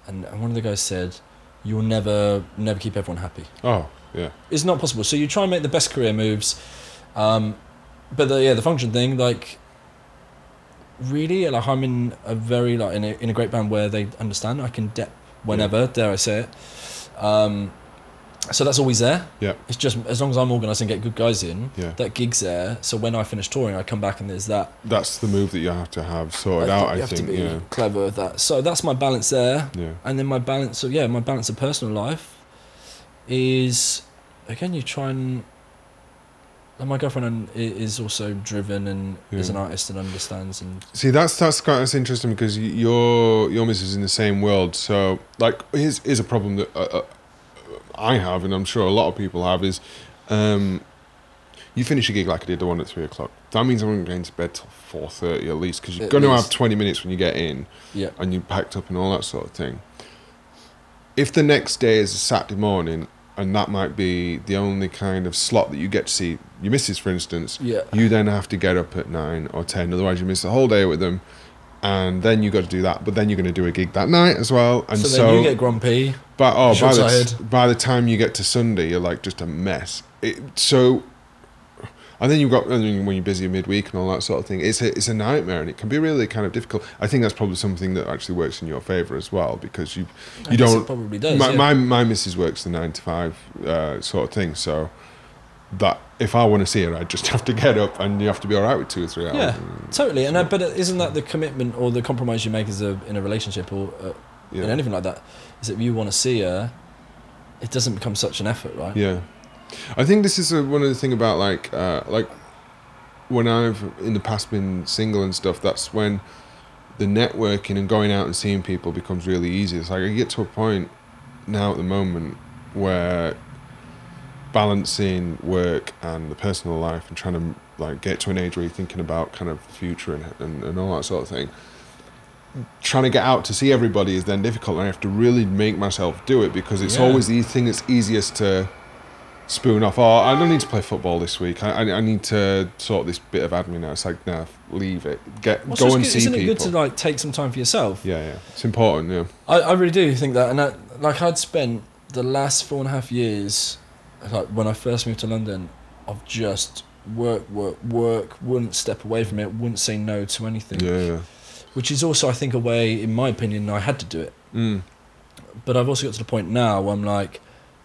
B: and and one of the guys said, "You'll never, never keep everyone happy.
C: oh yeah,
B: It's not possible." So you try and make the best career moves, um, but the, yeah, the function thing, like, really, like I'm in a very like in a, in a great band where they understand I can depth whenever, dare I say it. Um, So that's always there.
C: Yeah.
B: It's just as long as I'm organised and get good guys in,
C: Yeah.
B: that gig's there. So when I finish touring, I come back and there's that.
C: That's the move that you have to have sorted
B: I
C: out.
B: think you
C: I
B: have
C: think.
B: to be
C: Yeah.
B: clever with that. So that's my balance there.
C: Yeah.
B: And then my balance of yeah, my balance of personal life is again you try and and my girlfriend i- is also driven and is
C: Yeah.
B: an artist and understands and
C: See, that's that's quite that's interesting because y- your your missus is in the same world. So, like, here's here's a problem that uh, uh, I have, and I'm sure a lot of people have is, um, you finish a gig like I did, the one at three o'clock. That means I'm going to bed till four thirty at least because you're
B: At
C: going to
B: least.
C: have twenty minutes when you get in
B: yeah.
C: and you're packed up and all that sort of thing. If the next day is a Saturday morning and that might be the only kind of slot that you get to see your missus, for instance,
B: Yeah.
C: you then have to get up at nine or ten, otherwise you miss the whole day with them. And then you got to do that, but then you're going to do a gig that night as well. And
B: so
C: so,
B: then you get grumpy.
C: but oh, by the,
B: short-sighted.
C: by the time you get to Sunday, you're like just a mess. It, so, and then you've got and then when you're busy midweek and all that sort of thing. It's a it's a nightmare, and it can be really kind of difficult. I think that's probably something that actually works in your favour as well because you
B: I
C: you
B: guess
C: don't
B: it probably does.
C: my,
B: yeah.
C: my my missus works the nine to five uh, sort of thing, so that if I want to see her, I just (laughs) have to get up, and you have to be all right with two or three hours.
B: Yeah. Totally, and I, but uh, isn't that the commitment or the compromise you make as a in a relationship or uh,
C: yeah,
B: in anything like that? Is that if you want to see her, it doesn't become such an effort, right?
C: Yeah, I think this is uh one of the thing about like uh, like when I've in the past been single and stuff. That's when the networking and going out and seeing people becomes really easy. It's like I get to a point now at the moment where balancing work and the personal life and trying to like get to an age where you're thinking about kind of the future and, and, and all that sort of thing trying to get out to see everybody is then difficult and i have to really make myself do it because it's
B: Yeah.
C: always the thing that's easiest to spoon off oh i don't need to play football this week i, I, I need to sort this bit of admin out it's like nah leave it get
B: Well, so
C: go
B: it's
C: and
B: good-
C: see
B: isn't
C: people
B: it good to like take some time for yourself?
C: yeah yeah it's important yeah
B: I, I really do think that, and I, like I'd spent the last four and a half years, like when I first moved to London, of just work, work, work. Wouldn't step away from it. Wouldn't say no to anything.
C: yeah yeah
B: Which is also, I think, a way, in my opinion, I had to do it.
C: mm.
B: But I've also got to the point now where I'm like,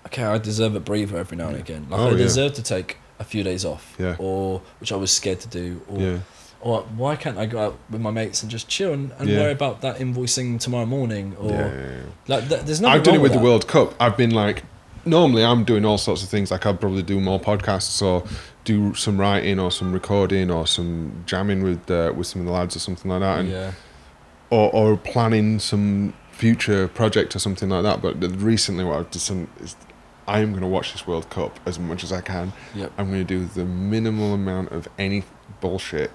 B: okay, I deserve a breather every now and again. Like
C: Oh,
B: I
C: yeah.
B: deserve to take a few days off,
C: Yeah.
B: or which I was scared to do, or
C: yeah
B: or why can't I go out with my mates and just chill and, and
C: Yeah.
B: worry about that invoicing tomorrow morning or
C: yeah, yeah, yeah.
B: like th- there's nothing
C: I've done
B: wrong
C: it with the
B: that.
C: World Cup. I've been like, normally I'm doing all sorts of things. Like I'll probably do more podcasts or do some writing or some recording or some jamming with uh, with some of the lads or something like that, and
B: Yeah,
C: or, or planning some future project or something like that. But the- recently, what I've done is. I am going to watch this World Cup as much as I can.
B: yep.
C: I'm going to do the minimal amount of any bullshit,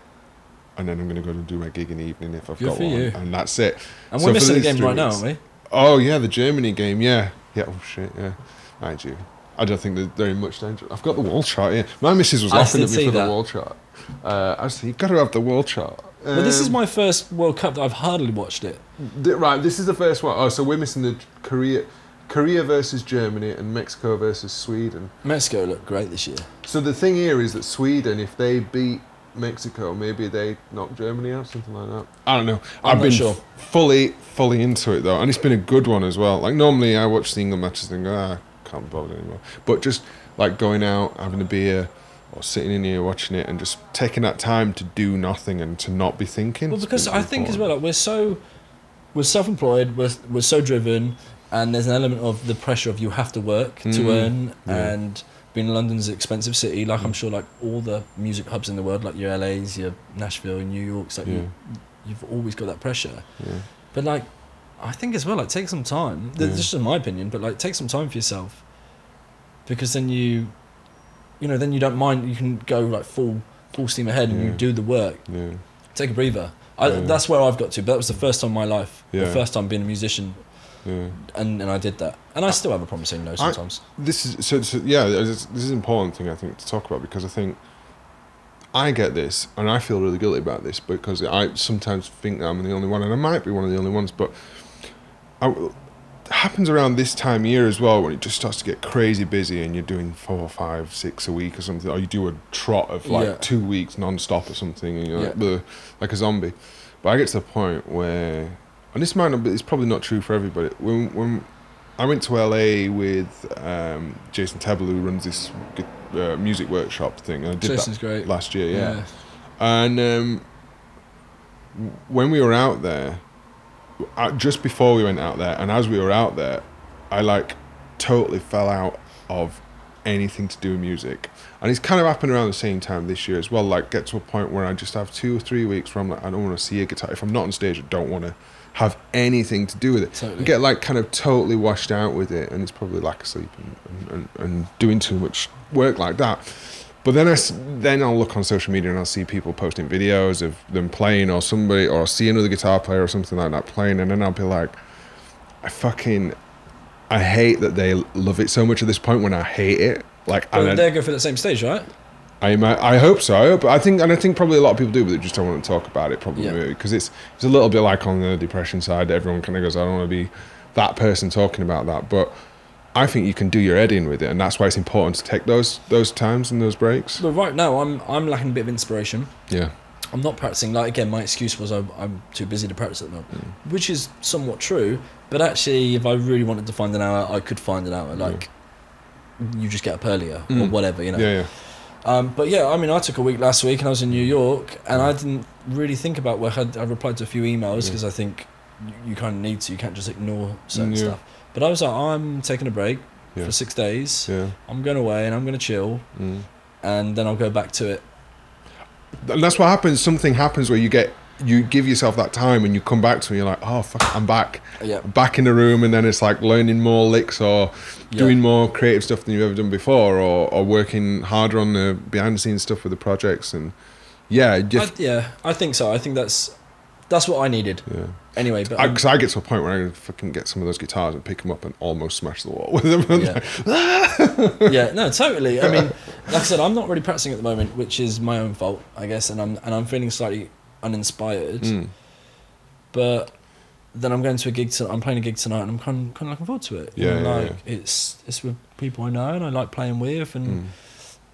C: and then I'm going to go and do my gig in the evening if I've
B: Good
C: got
B: for
C: one,
B: you.
C: and that's it.
B: And
C: So
B: we're
C: for
B: missing the
C: these
B: game
C: three
B: right now,
C: weeks-
B: aren't we?
C: Oh yeah, the Germany game. Yeah, yeah. Oh shit, yeah. Mind you, I don't think there's very much danger. I've got the wall chart here. My missus was
B: I
C: laughing
B: did
C: at me
B: see
C: for
B: that.
C: the wall chart. Uh, I said, you've got to have the wall chart.
B: Well, this is
C: Um,
B: my first World Cup that I've hardly watched it.
C: th- right. This is the first one. Oh, so we're missing the Korea, Korea versus Germany and Mexico versus Sweden.
B: Mexico looked great this year.
C: So the thing here is that Sweden, if they beat Mexico, maybe they knock Germany out, something like that. I don't know.
B: I'm
C: have
B: not
C: been
B: sure.
C: f- fully, fully into it though, and it's been a good one as well. Like normally, I watch the England matches and go, ah, can't be bothered anymore. But just like going out, having a beer, or sitting in here watching it, and just taking that time to do nothing and to not be thinking.
B: Well,
C: It's
B: because
C: been
B: I think as well,
C: important.
B: like, we're so we're self-employed, we're we're so driven, and there's an element of the pressure of you have to work
C: Mm,
B: to earn,
C: yeah. Mm.
B: and being London's an expensive city, like I'm sure, like all the music hubs in the world, like your LA's, your Nashville, your New York's, like you, you've always got that pressure.
C: yeah, yeah.
B: But like, I think as well, like take some time. Th
C: Yeah.
B: This is my opinion, but like take some time for yourself, because then you, you know, then you don't mind. You can go like full full steam ahead and you
C: Yeah.
B: do the work.
C: Yeah,
B: Take a breather. I,
C: Yeah.
B: That's where I've got to. But that was the first time in my life, the
C: Yeah.
B: first time being a musician,
C: yeah.
B: and, and I did that. And I still have a problem saying no sometimes.
C: This is so, so yeah. This is this is an important thing I think to talk about because I think I get this and I feel really guilty about this because I sometimes think that I'm the only one and I might be one of the only ones, but I, it happens around this time of year as well when it just starts to get crazy busy and you're doing four, five, six a week or something, or you do a trot of like
B: Yeah.
C: two weeks non-stop or something, and you're like,
B: Yeah.
C: "Bleh," like a zombie. But I get to the point where, and this might not, be, it's probably not true for everybody. When when I went to LA with um, Jason Tabler, who runs this gu- uh, music workshop thing. And I did
B: Jason's great.
C: that last year, yeah. And um, w- when we were out there, uh, just before we went out there, and as we were out there, I like totally fell out of anything to do with music. And it's kind of happened around the same time this year as well. Like, get to a point where I just have two or three weeks where I'm like, I don't want to see a guitar. If I'm not on stage, I don't want to have anything to do with it.
B: Totally.
C: You get like kind of totally washed out with it, and it's probably lack of sleep and, and, and, and doing too much work like that. But then I s- then I'll look on social media and I'll see people posting videos of them playing or somebody or I'll see another guitar player or something like that playing, and then I'll be like, I fucking I hate that they love it so much at this point when I hate it. Like
B: But
C: and I,
B: they're going for the same stage, right?
C: I, ima- I hope so. I hope I think and I think probably a lot of people do, but they just don't want to talk about it. Probably
B: Yeah.
C: because it's it's a little bit like on the depression side. Everyone kind of goes, I don't want to be that person talking about that, but. I think you can do your head in with it, and that's why it's important to take those those times and those breaks.
B: But right now, I'm I'm lacking a bit of inspiration.
C: Yeah.
B: I'm not practicing. Like again, my excuse was I'm, I'm too busy to practice at the moment,
C: Mm.
B: which is somewhat true. But actually, if I really wanted to find an hour, I could find an hour. Like you just get up earlier or
C: Mm.
B: whatever, you know.
C: Yeah, yeah.
B: Um, but yeah, I mean, I took a week last week and I was in New York and I didn't really think about work. I, I replied to a few emails
C: Mm. Yeah.
B: because I think you, you kind of need to. You can't just ignore certain
C: Mm, Yeah.
B: stuff. But I was like, I'm taking a break
C: Yeah.
B: for six days.
C: Yeah.
B: I'm going away and I'm going to chill
C: Mm.
B: and then I'll go back to it.
C: And that's what happens. Something happens where you get you give yourself that time and you come back to it and you're like, oh fuck, I'm back.
B: Yeah.
C: Back in the room and then it's like learning more licks or
B: Yeah.
C: doing more creative stuff than you've ever done before or, or working harder on the behind the scenes stuff with the projects and yeah,
B: I,
C: just,
B: yeah, I think so. I think that's that's what I needed
C: yeah.
B: anyway. But um,
C: Because I, get to a point where I fucking get some of those guitars and pick them up and almost smash the wall (laughs) with them.
B: yeah.
C: (laughs)
B: yeah, no, totally. I mean, like I said, I'm not really practicing at the moment, which is my own fault, I guess, and I'm and I'm feeling slightly uninspired.
C: Mm.
B: But then I'm going to a gig. To, I'm playing a gig tonight, and I'm kind of, kind of looking forward to it.
C: Yeah,
B: And,
C: yeah, Hmm.
B: like it's it's with people I know, and I like playing with, and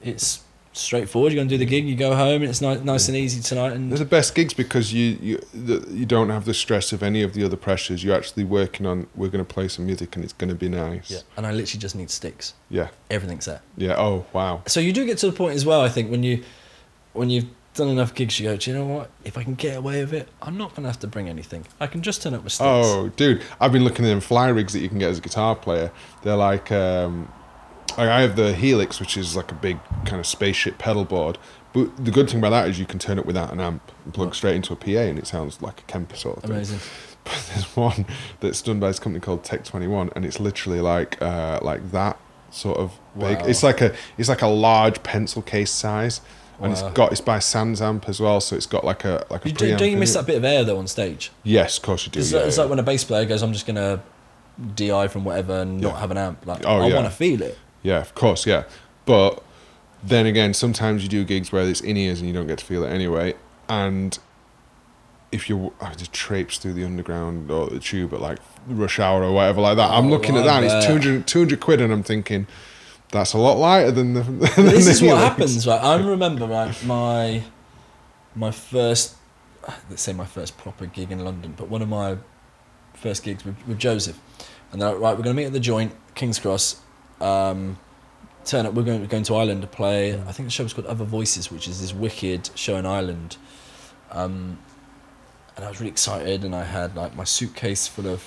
B: it's straightforward. You're going to do the gig, you go home, and it's nice, nice and easy tonight. And
C: They're the best gigs because you you the, you don't have the stress of any of the other pressures. You're actually working on we're going to play some music and it's going to be nice.
B: yeah, and I literally just need sticks.
C: yeah,
B: Everything's there.
C: yeah. Oh wow.
B: so you do get to the point as well i think when you when you've done enough gigs you go do you know what if i can get away with it i'm not going to have to bring anything i can just turn up with sticks
C: Oh dude, I've been looking at them fly rigs that you can get as a guitar player. They're like um, like I have the Helix, which is like a big kind of spaceship pedal board. But the good thing about that is you can turn it without an amp and plug straight into a PA, and it sounds like a Kemper sort of thing.
B: amazing
C: (laughs) But there's one that's done by this company called Tech Twenty One, and it's literally like uh, like that sort of big.
B: Wow.
C: It's like a it's like a large pencil case size,
B: Wow.
C: and it's got it's by Sans Amp as well, so it's got like a like a
B: you
C: preamp.
B: do, don't you
C: in
B: miss
C: it.
B: that bit of air though on stage
C: Yes, of course you do.
B: it's,
C: yeah,
B: like, it's
C: yeah.
B: like when a bass player goes i'm just going to di from whatever and not
C: Yeah.
B: have an amp like
C: Oh,
B: i
C: yeah.
B: want to feel it
C: Yeah, of course, yeah. But then again, sometimes you do gigs where it's in ears and you don't get to feel it anyway. And if you I just traipse through the underground or the tube at like rush hour or whatever like that, I'm
B: Oh,
C: looking at
B: I
C: that and it's
B: bet.
C: 200, 200 quid and I'm thinking, that's a lot lighter than the. (laughs)
B: (laughs)
C: Than
B: this
C: the
B: is what
C: Helix.
B: happens right i remember right my my first let's say my first proper gig in london but one of my first gigs with, with joseph and they're like right we're going to meet at the joint king's cross um, turn up we're going, we're going to ireland to play i think the show was called other voices which is this wicked show in ireland um, and i was really excited and i had like my suitcase full of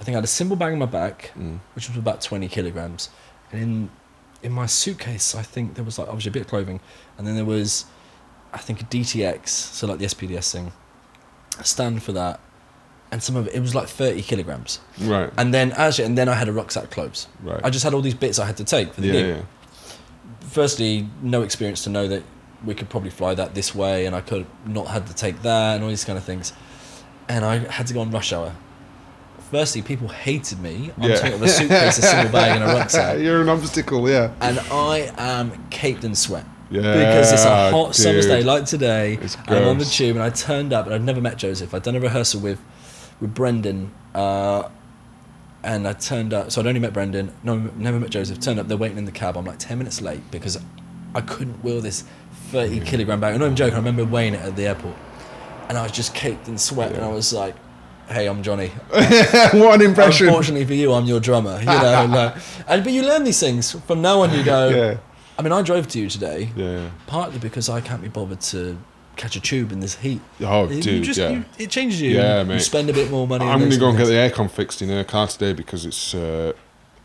B: i think i had a cymbal bag in my back
C: Mm.
B: which was about 20 kilograms. And in, in my suitcase, I think there was like obviously a bit of clothing, and then there was, I think, a DTX, so like the SPDS thing, a stand for that, and some of it, it was like 30 kilograms.
C: (laughs) Right,
B: And then actually, and then I had a rucksack clothes.
C: right.
B: I just had all these bits I had to take for the
C: yeah,
B: gig.
C: yeah.
B: Firstly, no experience to know that we could probably fly that this way, and I could not had to take that, and all these kind of things. And I had to go on rush hour. Firstly, people hated me. I'm
C: Yeah.
B: talking of a suitcase, a single bag,
C: (laughs)
B: and a rucksack
C: You're an obstacle, yeah. (laughs)
B: (laughs) and I am caked in sweat
C: Yeah.
B: because it's a hot summer's
C: dude.
B: day like today.
C: It's
B: and I'm on the
C: gross.
B: tube and I turned up and I'd never met Joseph. I'd done a rehearsal with with Brendan, uh, and I turned up. So I'd only met Brendan. No, never met Joseph. Turned up. They're waiting in the cab. I'm like ten minutes late because I couldn't wheel this thirty kilogram bag. I'm not even joking. I remember weighing it at the airport, and I was just caked in sweat and I was like. "Hey, I'm Johnny."
C: what an impression.
B: Unfortunately for you, I'm your drummer. You
C: (laughs)
B: know, like, and but you learn these things from no one. You go.
C: Yeah.
B: I mean, I drove to you today,
C: Yeah.
B: partly because I can't be bothered to catch a tube in this heat.
C: Oh,
B: You
C: dude,
B: just-
C: yeah.
B: you- it changes you.
C: Yeah,
B: you
C: mate.
B: spend a bit more money. on
C: I'm going to
B: those
C: go and get
B: things.
C: the aircon fixed in her car today because it's. Uh,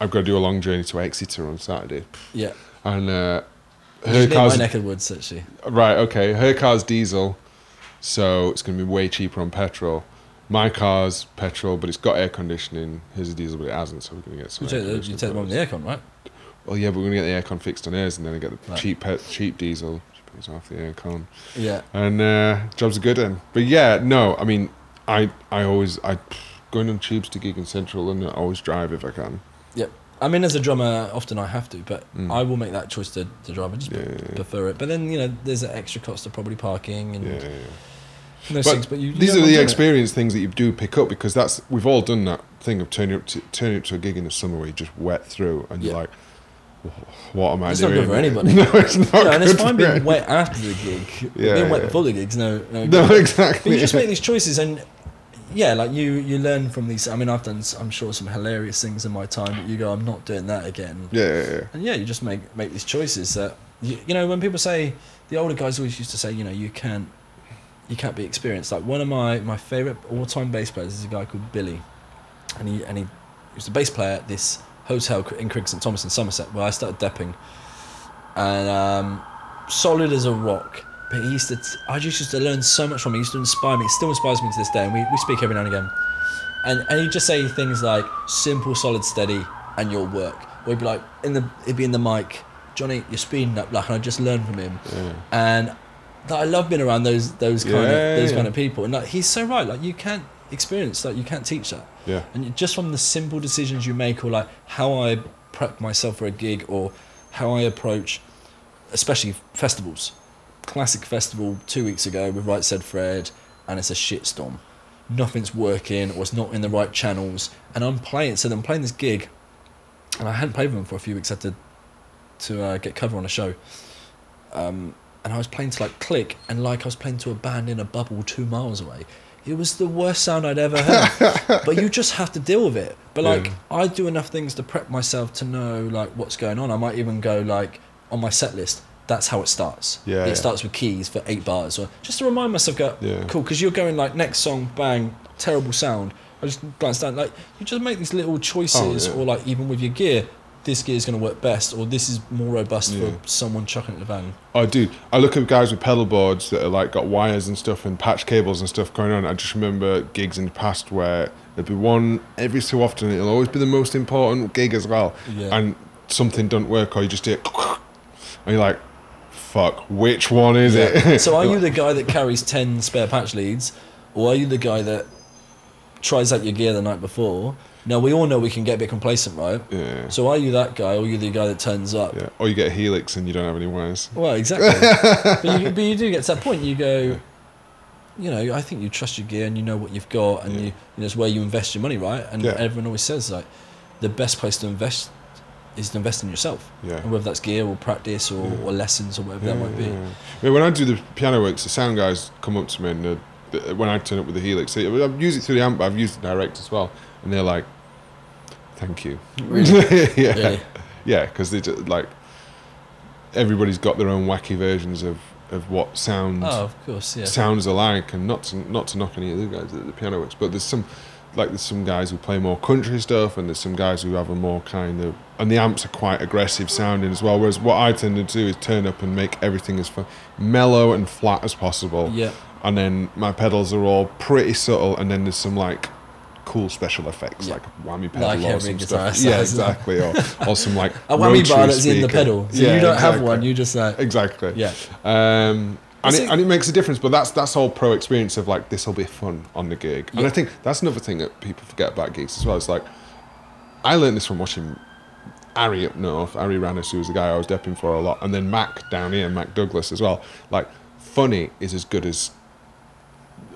C: I've got to do a long journey to Exeter on Saturday,
B: Yeah,
C: and uh, her
B: Just near my
C: car's
B: neck of the woods actually.
C: right. Okay, her car's diesel, so it's going to be way cheaper on petrol. My car's petrol, but it's got air conditioning. His is diesel, but it hasn't, so we're going to get some.
B: You take,
C: air
B: the, you
C: conditioning
B: take the one
C: for
B: with the aircon, right?
C: us. Well, yeah, but we're going to get the aircon fixed on hers, and then I get the
B: Right.
C: cheap pet, cheap diesel, which pays off the aircon.
B: Yeah.
C: and uh, jobs are good then. But yeah, no, I mean, I I always I going on tubes to gig in central London. I always drive if I can.
B: Yep. I mean, as a drummer, often I have to, but
C: Mm.
B: I will make that choice to, to drive. I just
C: Yeah,
B: pre-
C: yeah, yeah.
B: prefer it. But then, you know, there's an extra cost of probably parking and
C: Yeah, yeah, yeah.
B: and those
C: But
B: things. Mm. But you, you
C: These
B: don't
C: are
B: mind
C: the
B: doing it.
C: experience things that you do pick up because that's we've all done that thing of turning up to turning up to a gig in the summer where you just wet through and you're
B: Yeah.
C: like, what am I
B: It's not
C: doing?
B: good for anybody.
C: (laughs) No, it's not.
B: Yeah, and it's
C: Oh, good
B: fine
C: for
B: being
C: any-
B: wet after the gig.
C: Yeah,
B: being wet
C: yeah.
B: before the gig's no. No,
C: (laughs) No,
B: good. But
C: exactly. (laughs)
B: you just make these choices, and yeah, like you, you learn from these. I mean, I've done, s- I'm sure, some hilarious things in my time, but you go, I'm not doing that again.
C: yeah, yeah, yeah.
B: And yeah, you just make make these choices that you, you know when people say the older guys always used to say you know you can't you can't be experienced. Like one of my my favorite all time bass players is a guy called Billy, and he and he, was the bass player at this hotel cr- in Criggs St Thomas in Somerset where I started depping, and um, solid as a rock. But he used to t- I just used to learn so much from him. He used to inspire me. He still inspires me to this day, and we, we speak every now and again. And and he'd just say things like simple, solid, steady, and your work. Or he'd be like in the he'd be in the mic, Johnny, you're speeding up, like, and I just learned from him.
C: Yeah.
B: And that I love being around those those kind
C: Mm. Yeah,
B: of those
C: yeah.
B: kind of people. And like he's so right. Like you can't experience that. You can't teach that.
C: Yeah.
B: And you- just from the simple decisions you make, or like how I prep myself for a gig, or how I approach, especially festivals. Classic festival two weeks ago with Right Said Fred, and it's a shitstorm. Nothing's working, or it's not in the right channels. And I'm playing, so I'm playing this gig, and I hadn't played with them for a few weeks. I had to, to uh, get cover on a show. Um, and I was playing to like click, and like I was playing to a band in a bubble two miles away. It was the worst sound I'd ever
C: (laughs)
B: heard. but you just have to deal with it. But like
C: Yeah.
B: I do enough things to prep myself to know like what's going on. I might even go like on my set list. That's how it starts.
C: Yeah,
B: it
C: yeah.
B: starts with keys for eight bars, or just to remind myself. Go
C: Yeah.
B: cool, because you're going like next song, bang, terrible sound. I just glanced down. Like you just make these little choices,
C: Oh, yeah.
B: or like even with your gear, this gear is going to work best, or this is more robust
C: Yeah.
B: for someone chucking it at the van.
C: (laughs) Oh, dude, I look at guys with pedal boards that are like got wires and stuff and patch cables and stuff going on. I just remember gigs in the past where there'd be one every so often. It'll always be the most important gig as well,
B: Yeah.
C: and something don't work or you just do it, (laughs) and you're like, "Fuck, which one is
B: Yeah.
C: it?"
B: so are you the guy that carries 10 spare patch leads or are you the guy that tries out your gear the night before now we all know we can get a bit complacent right
C: yeah.
B: so are you that guy or are you the guy that turns up
C: (laughs) yeah. Or you get a helix and you don't have any wires.
B: well
C: (laughs)
B: exactly but, you, but you do get to that point you go you know i think you trust your gear and you know what you've got and
C: Yeah.
B: you, you know it's where you invest your money right and
C: Yeah.
B: everyone always says like the best place to invest is to invest in yourself
C: Yeah.
B: and whether that's gear or practice or, or lessons or whatever that might be
C: Yeah, when I do the piano works, the sound guys come up to me and they're- they- when I turn up with the helix, they, I've used it through the amp, but I've used it direct as well, and they're like, "Thank you." (laughs) yeah,
B: Really.
C: yeah, because they just, like everybody's got their own wacky versions of of what sound
B: oh of course yeah
C: sounds alike, and not to not to knock any of the guys at the piano works, but there's some like there's some guys who play more country stuff, and there's some guys who have a more kind of and the amps are quite aggressive sounding as well. Whereas what I tend to do is turn up and make everything as fu- mellow and flat as possible,
B: yeah
C: and then my pedals are all pretty subtle, and then there's some like cool special effects
B: Yeah.
C: like a whammy pedal
B: Like
C: or
B: every
C: some
B: guitar
C: stuff. Yeah,
B: has that.
C: exactly. Or, or some like
B: (laughs) a whammy bar
C: rotary
B: that's in the
C: speaker.
B: pedal. So
C: Yeah,
B: you don't have
C: exactly.
B: one. You just like
C: Exactly.
B: yeah.
C: Um, and,
B: Is
C: it,
B: it-
C: and it makes a difference, but that's that's all pro experience of like this will be fun on the gig, and
B: Yeah.
C: I think that's another thing that people forget about gigs as well. It's like I learned this from watching Ari up north, Ari Rannis, who was the guy I was depping for a lot, and then Mac down here, Mac Douglas as well. Like funny is as good as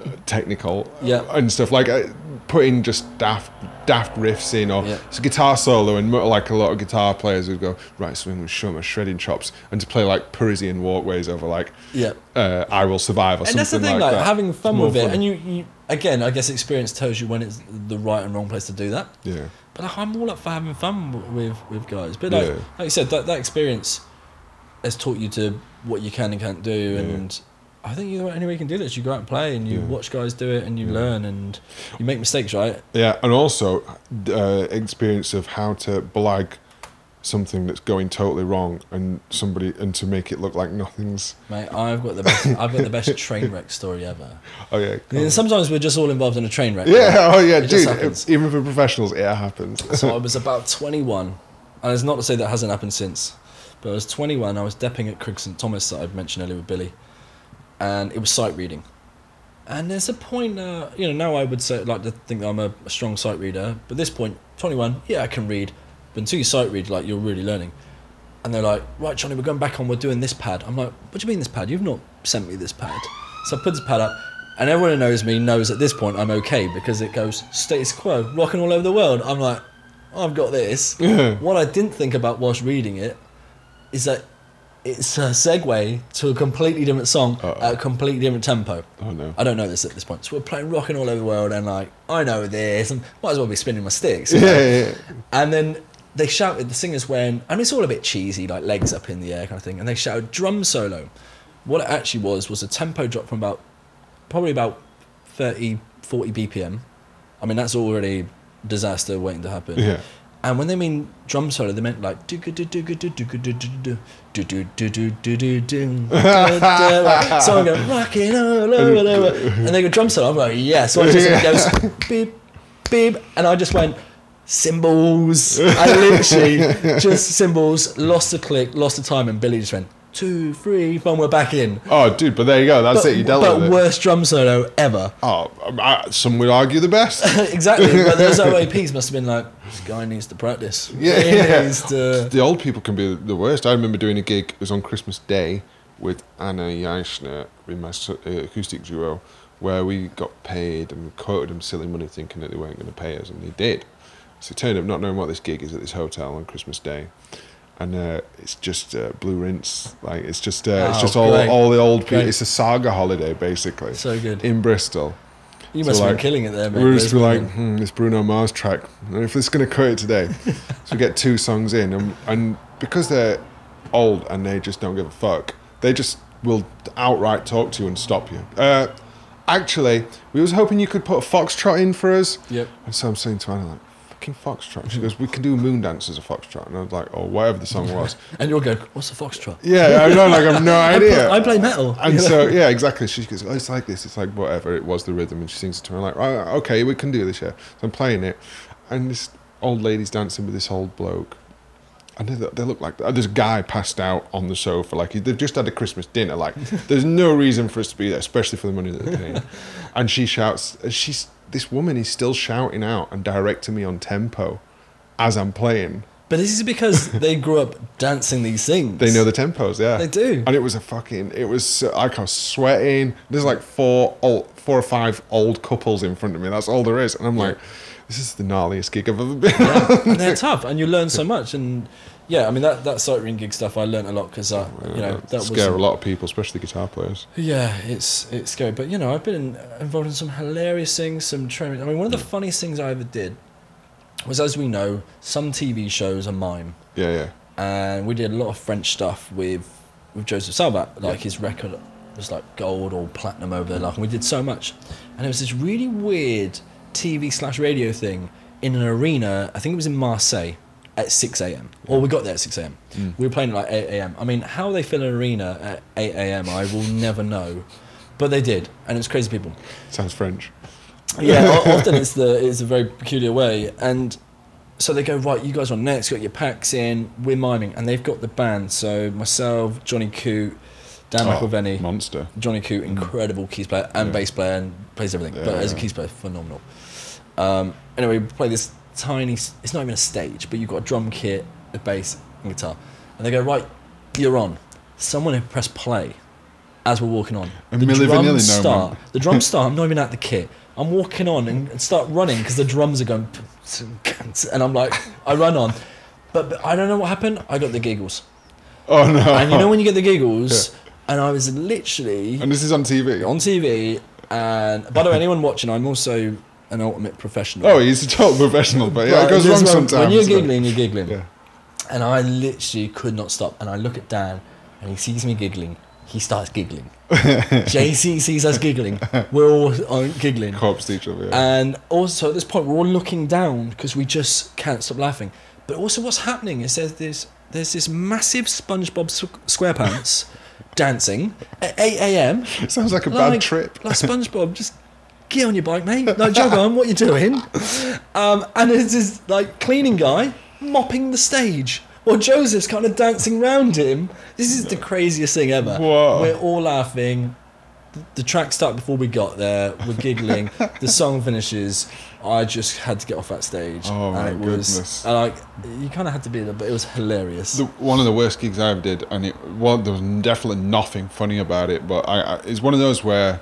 C: uh, technical
B: Yeah.
C: and stuff like uh, putting just daft daft riffs in or
B: Yeah.
C: it's a guitar solo and mo- like a lot of guitar players would go right swing and show my shredding chops and to play like Parisian walkways over like
B: Yeah.
C: uh, I will survive or
B: And that's the
C: something
B: thing,
C: like,
B: like,
C: that.
B: having
C: It's
B: fun
C: more
B: with it,
C: fun.
B: and you, you again, I guess experience tells you when it's the right and wrong place to do that.
C: Yeah.
B: But like, I'm all up for having fun w- with with guys. But like,
C: Yeah.
B: like you said, that that experience has taught you to what you can and can't do, and I think the only way you can do that is you go out and play and you
C: Yeah.
B: watch guys do it and you learn and you make mistakes, right?
C: Yeah, and also uh, experience of how to blag something that's going totally wrong and somebody and to make it look like nothing's.
B: Mate, I've got the
C: (laughs)
B: best, I've got the best train wreck story ever.
C: Oh yeah.
B: And sometimes we're just all involved in a train wreck. right?
C: Yeah. Oh yeah,
B: It just
C: dude.
B: happens.
C: Even for professionals, it
B: (laughs)
C: happens. (laughs)
B: So I was about 21, and it's not to say that hasn't happened since, but I was 21. I was depping at Craig St Thomas that I'd mentioned earlier with Billy, and it was sight reading. And there's a point, uh, you know, now I would say like to think that I'm a, a strong sight reader, but this point, 21, yeah, I can read, but until you sight read, like you're really learning. And they're like, right, Johnny, we're going back on. We're doing this pad. I'm like, what do you mean this pad? You've not sent me this pad. So I put this pad up, and everyone who knows me knows at this point I'm okay because it goes status quo, rocking all over the world. I'm like, I've got
C: (laughs)
B: this.
C: Yeah.
B: What I didn't think about whilst reading it is that it's a segue to a completely different song
C: Uh-oh.
B: at a completely different tempo.
C: Oh, no.
B: I don't know this at this point. So we're playing rocking all over the world, and like, I know this, and might as well be spinning my sticks. you
C: Yeah,
B: know?
C: yeah, yeah.
B: (laughs) And then they shouted, the singers went, and it's all a bit cheesy, like legs up in the air kind of thing. And they shouted drum solo. What it actually was was a tempo drop from about probably about 30, 40 BPM. I mean, that's already disaster waiting to happen.
C: Yeah.
B: And when they mean drum solo, they meant like do do do do do do do do do do do do do do do do like someone go rocking all over the world. and they go drum solo. I'm like yeah. So I just it goes beep beep, and I just went cymbals. I literally just cymbals. Lost the click, lost the time, and Billy just went two, three, one. We're back in.
C: Oh, dude. But there you go. That's
B: but
C: it. You dealt
B: but
C: with it.
B: worst drum solo ever.
C: Oh, I, some would argue the best.
B: exactly. But those OAPs must have been like this guy needs to practice.
C: Yeah,
B: He
C: yeah.
B: needs to-
C: the old people can be the worst. I remember doing a gig. It was on Christmas Day with Anna Yeichner in my so- uh, acoustic duo, where we got paid and quoted them silly money, thinking that they weren't going to pay us, and they did. So it turned up not knowing what this gig is at this hotel on Christmas Day. And uh, it's just uh, blue rinse, like it's just uh, it's
B: Oh,
C: just all,
B: great.
C: all the old people.
B: Great.
C: It's a saga holiday basically.
B: So good.
C: in Bristol.
B: You
C: So,
B: must have
C: like,
B: been killing it there, mate.
C: We were just
B: Those
C: like,
B: women.
C: hmm, this Bruno Mars track. I don't know if it's going to cut it today. so we get two songs in, and, and because they're old and they just don't give a fuck, they just will outright talk to you and stop you. Uh, actually, we was hoping you could put a foxtrot in for us.
B: Yep.
C: And so I'm saying to Anna, like, fucking foxtrot. She goes, we can do moon dance as a foxtrot. And I was like, oh, whatever the song was.
B: and you're going, what's a foxtrot?
C: yeah, I know, like, I've
B: (laughs)
C: no
B: I,
C: idea.
B: play, I play metal.
C: And so, yeah, exactly. She goes, oh, it's like this. It's like whatever. It was the rhythm. And she sings it to me. I'm like, right, okay, we can do this, yeah. So I'm playing it. And this old lady's dancing with this old bloke. And they, they look like uh, this guy passed out on the sofa. Like they've just had a Christmas
B: (laughs)
C: dinner. Like there's no reason for us to be there, especially for the money that they're paying. and she shouts, uh, she's, this woman is still shouting out and directing me on tempo as I'm playing.
B: but this is
C: (laughs)
B: because they grew up dancing these things.
C: They know the tempos, yeah.
B: They do.
C: And it was a fucking. It was so- like I was sweating. There's like four old, four or five old couples in front of me. That's all there is. And I'm like, this is the gnarliest gig I've ever been. on.
B: and
C: (laughs)
B: they're tough, and you learn so much. And yeah, I mean that that sight ring gig stuff, I learned a lot because I, you know, that was
C: Oh, scare a lot of people, especially guitar players.
B: Yeah, it's it's scary, but you know, I've been in, involved in some hilarious things, some training. I mean, one of the
C: Mm.
B: funniest things I ever did was, as we know, some TV shows are mime.
C: Yeah, yeah.
B: and we did a lot of French stuff with with Joseph Salvat. Like his record was like gold or platinum over there, like and we did so much. And it was this really weird TV slash radio thing in an arena. I think it was in Marseille at six a.m. Or we got there at six a.m. We were playing at like eight a.m. I mean, how they fill an arena at eight a.m. I will never know, but they did, and it was crazy people
C: Sounds French.
B: yeah, o- often it's the it's a very peculiar way, and so they go right. You guys are next. Got your packs in. We're miming, and they've got the band. So myself, Johnny Coote, Dan
C: Oh,
B: McIlvenny,
C: monster.
B: Johnny Coote, incredible keys player and
C: Mm. Yeah.
B: bass player, and plays everything. but
C: Yeah,
B: as a
C: yeah.
B: keys player, phenomenal. Um, anyway, we play this tiny. s- It's not even a stage, but you've got a drum kit, a bass, and guitar, and they go right. You're on. Someone had pressed play as we're walking on.
C: And Milli Vanilli, no
B: start.
C: man.
B: The
C: (laughs)
B: drums start. I'm not even at the kit. I'm walking on and, and start running because the drums are going, and I'm like, I run on, but, but I don't know what happened. I got the giggles,
C: Oh no. (laughs)
B: and you know when you get the giggles, and I was literally
C: And this is on TV.
B: on TV, And by the way, anyone watching, I'm also an ultimate professional.
C: Oh, he's a total professional, but yeah,
B: But
C: it goes
B: there's
C: wrong
B: one-
C: sometimes.
B: When you're
C: but-
B: giggling, you're giggling.
C: Yeah.
B: And I literally could not stop. And I look at Dan, and he sees me giggling. He starts
C: (laughs)
B: giggling. JC sees us giggling. We're all uh, giggling.
C: Corpse to each other. Yeah.
B: And also at this point, we're all looking down because we just can't stop laughing. But also, what's happening is there's this there's this massive SpongeBob Squ- SquarePants (laughs) dancing at 8 a.m.
C: it sounds like a bad trip. (laughs)
B: Like SpongeBob, just get on your bike, mate. Like jog on, what you doing? Um, and there's this like cleaning guy mopping the stage. While Joseph's kind of dancing round him. This is the craziest thing ever.
C: Whoa.
B: We're all laughing. The- The track started before we got there. We're
C: (laughs)
B: giggling. the song finishes. I just had to get off that stage.
C: Oh, my
B: and it
C: goodness.
B: Was, and like you kind of had to be there, but it was hilarious.
C: The, one of the worst gigs I ever did, and it well, there was definitely nothing funny about it. But I, I it's one of those where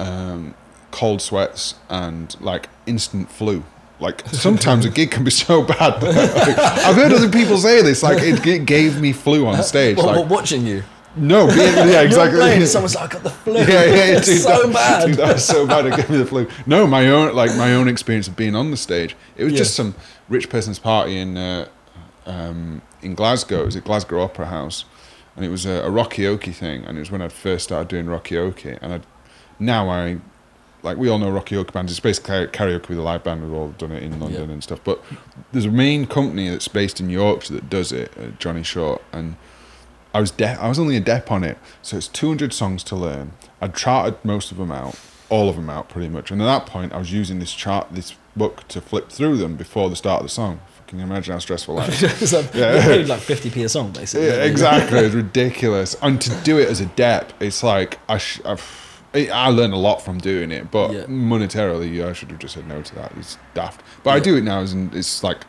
C: um, cold sweats and like instant flu.
B: (laughs)
C: Like sometimes a gig can be so bad. Like, I've heard other people say this. Like it, it gave me flu on
B: (laughs)
C: stage.
B: Well,
C: Like
B: we're watching you.
C: no, yeah, yeah,
B: (laughs)
C: exactly.
B: You're playing, someone's like, I
C: (laughs)
B: got the flu.
C: yeah, yeah,
B: (laughs) it's
C: dude,
B: so
C: that,
B: bad.
C: Dude, (laughs) that was so bad. It gave me the flu. No, my own like my own experience of being on the stage. It was
B: Yeah.
C: just some rich person's party in uh, um, in Glasgow. It was at Glasgow Opera House, and it was a, a rockyoke thing. And it was when I would first started doing rockyoke, and I now I like we all know rockyoke bands. It's basically karaoke with a live band. We've all done it in London
B: Yeah.
C: and stuff. But there's a main company that's based in Yorkshire that does it, uh, Johnny Short, and I was de- I was only a dep on it, so it's 200 songs to learn. I charted most of them out, all of them out pretty much, and at that point I was using this chart, this book to flip through them before the start of the song. Can you imagine how stressful that is?
B: It's like,
C: Yeah.
B: You paid like 50p a song, basically.
C: Yeah,
B: (laughs)
C: exactly. it's ridiculous. And to do it as a dep, it's like I sh- I've, I I learned a lot from doing it, but
B: Yeah.
C: monetarily, I should have just said no to that. It's daft. But I
B: Yeah.
C: do it now, and it's like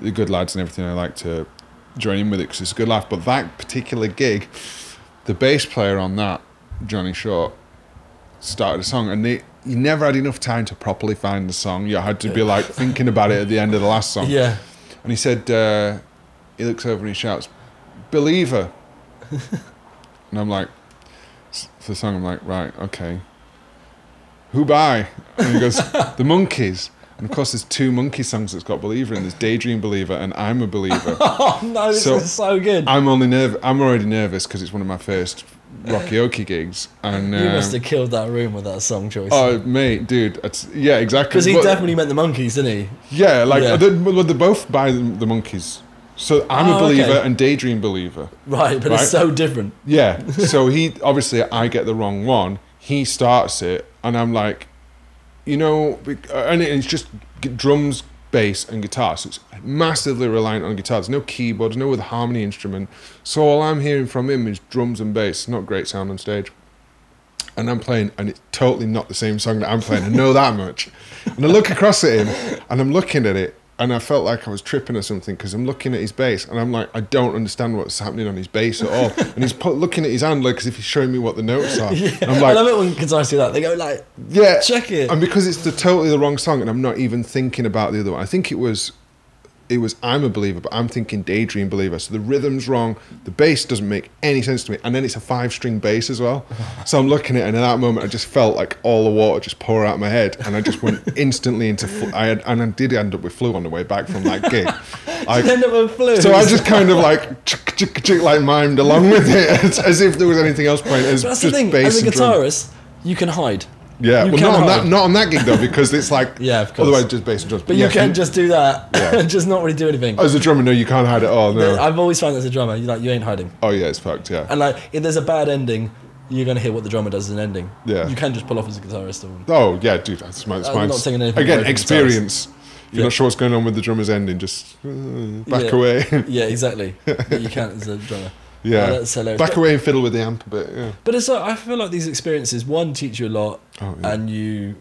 C: the good lads and everything. I like to join in with it because it's a good laugh. But that particular gig, the bass player on that, Johnny Short, started a song, and they. You never had enough time to properly find the song. You had to be like thinking about it at the end of the
B: (laughs)
C: last song.
B: Yeah.
C: And he said, uh, he looks over and he shouts,
B: (laughs)
C: Believer. and I'm like, s- for the song, I'm like, right, okay. Who by? And
B: (laughs)
C: he goes, The Monkeys. And of course, there's two monkey songs that's got Believer in. There's Daydream Believer and I'm a Believer.
B: (laughs) Oh no, this
C: So-
B: is so good.
C: I'm only nerv- I'm already nervous because it's one of my first Rocky Oki gigs. And
B: you must
C: um,
B: have killed that room with that song choice.
C: oh mate, dude, it's, yeah, exactly.
B: because he
C: But-
B: definitely meant the monkeys, didn't he?
C: yeah, like
B: Yeah.
C: They're, well, they're both by the, the monkeys. So I'm
B: Oh,
C: a
B: okay.
C: believer and Daydream Believer.
B: Right, but
C: Right.
B: it's so different.
C: Yeah. So he obviously I get the wrong one. He starts it, and I'm like, you know, be- and it- it's just g- drums, bass, and guitar. So it's massively reliant on guitar. There's no keyboard, no other harmony instrument. So all I'm hearing from him is drums and bass. It's not great sound on stage. And I'm playing, and it's totally not the same song that I'm playing. I know that much. And I look across at him, and I'm looking at it, and I felt like I was tripping or something because I'm looking at his bass, and I'm like, I don't understand what's happening on his bass at all. And he's put, looking at his hand like as if he's showing me what the notes are. And
B: (laughs)
C: I'm
B: I
C: like,
B: love it when guitarists do that. They go like,
C: yeah.
B: check it. (laughs)
C: And because it's the totally the wrong song, and I'm not even thinking about the other one. I think it was, it was I'm a believer, but I'm thinking daydream believer. So the rhythm's wrong. The bass doesn't make any sense to me, and then it's a five string bass as well. So I'm looking at it, and at that moment, I just felt like all the water just pour out of my head, and I
B: (laughs)
C: just went instantly into. Fl- I had, and I did end up with flu on the way back from
B: (laughs)
C: that gig. Like,
B: end up with flu.
C: So I just kind of like chick, chick, chick, like mimed along with it (laughs) as, as if there was anything else playing. As
B: But (laughs) that's the
C: just
B: thing.
C: bass
B: As a
C: and drum.
B: guitarist, you can hide.
C: Yeah,
B: you
C: well,
B: can
C: not on,
B: hide.
C: that, not on that gig though, because it's like
B: (laughs) Yeah, of course.
C: Otherwise, just bass and drums.
B: but
C: yeah,
B: you can just do that
C: Yeah.
B: (laughs) and just not really do anything.
C: as a drummer. No, you can't hide at all. No.
B: I've always found that as a drummer, you like you ain't hiding.
C: oh yeah, it's fucked. Yeah,
B: And like if there's a bad ending, you're gonna hear what the drummer does as an ending.
C: Yeah.
B: You can just pull off as a guitarist. Or,
C: oh yeah, dude, that's my, that's
B: I'm
C: mine.
B: not taking anything away
C: Again,
B: from
C: experience. If You're
B: Yeah.
C: not sure what's going on with the drummer's ending. Just uh, back
B: Yeah.
C: away. (laughs)
B: yeah, exactly. But you can't as a drummer.
C: yeah,
B: Oh, that's hilarious.
C: back
B: But-
C: away and fiddle with the amp a bit. Yeah.
B: But it's like, I feel like these experiences one teach you a lot,
C: Oh yeah.
B: and you,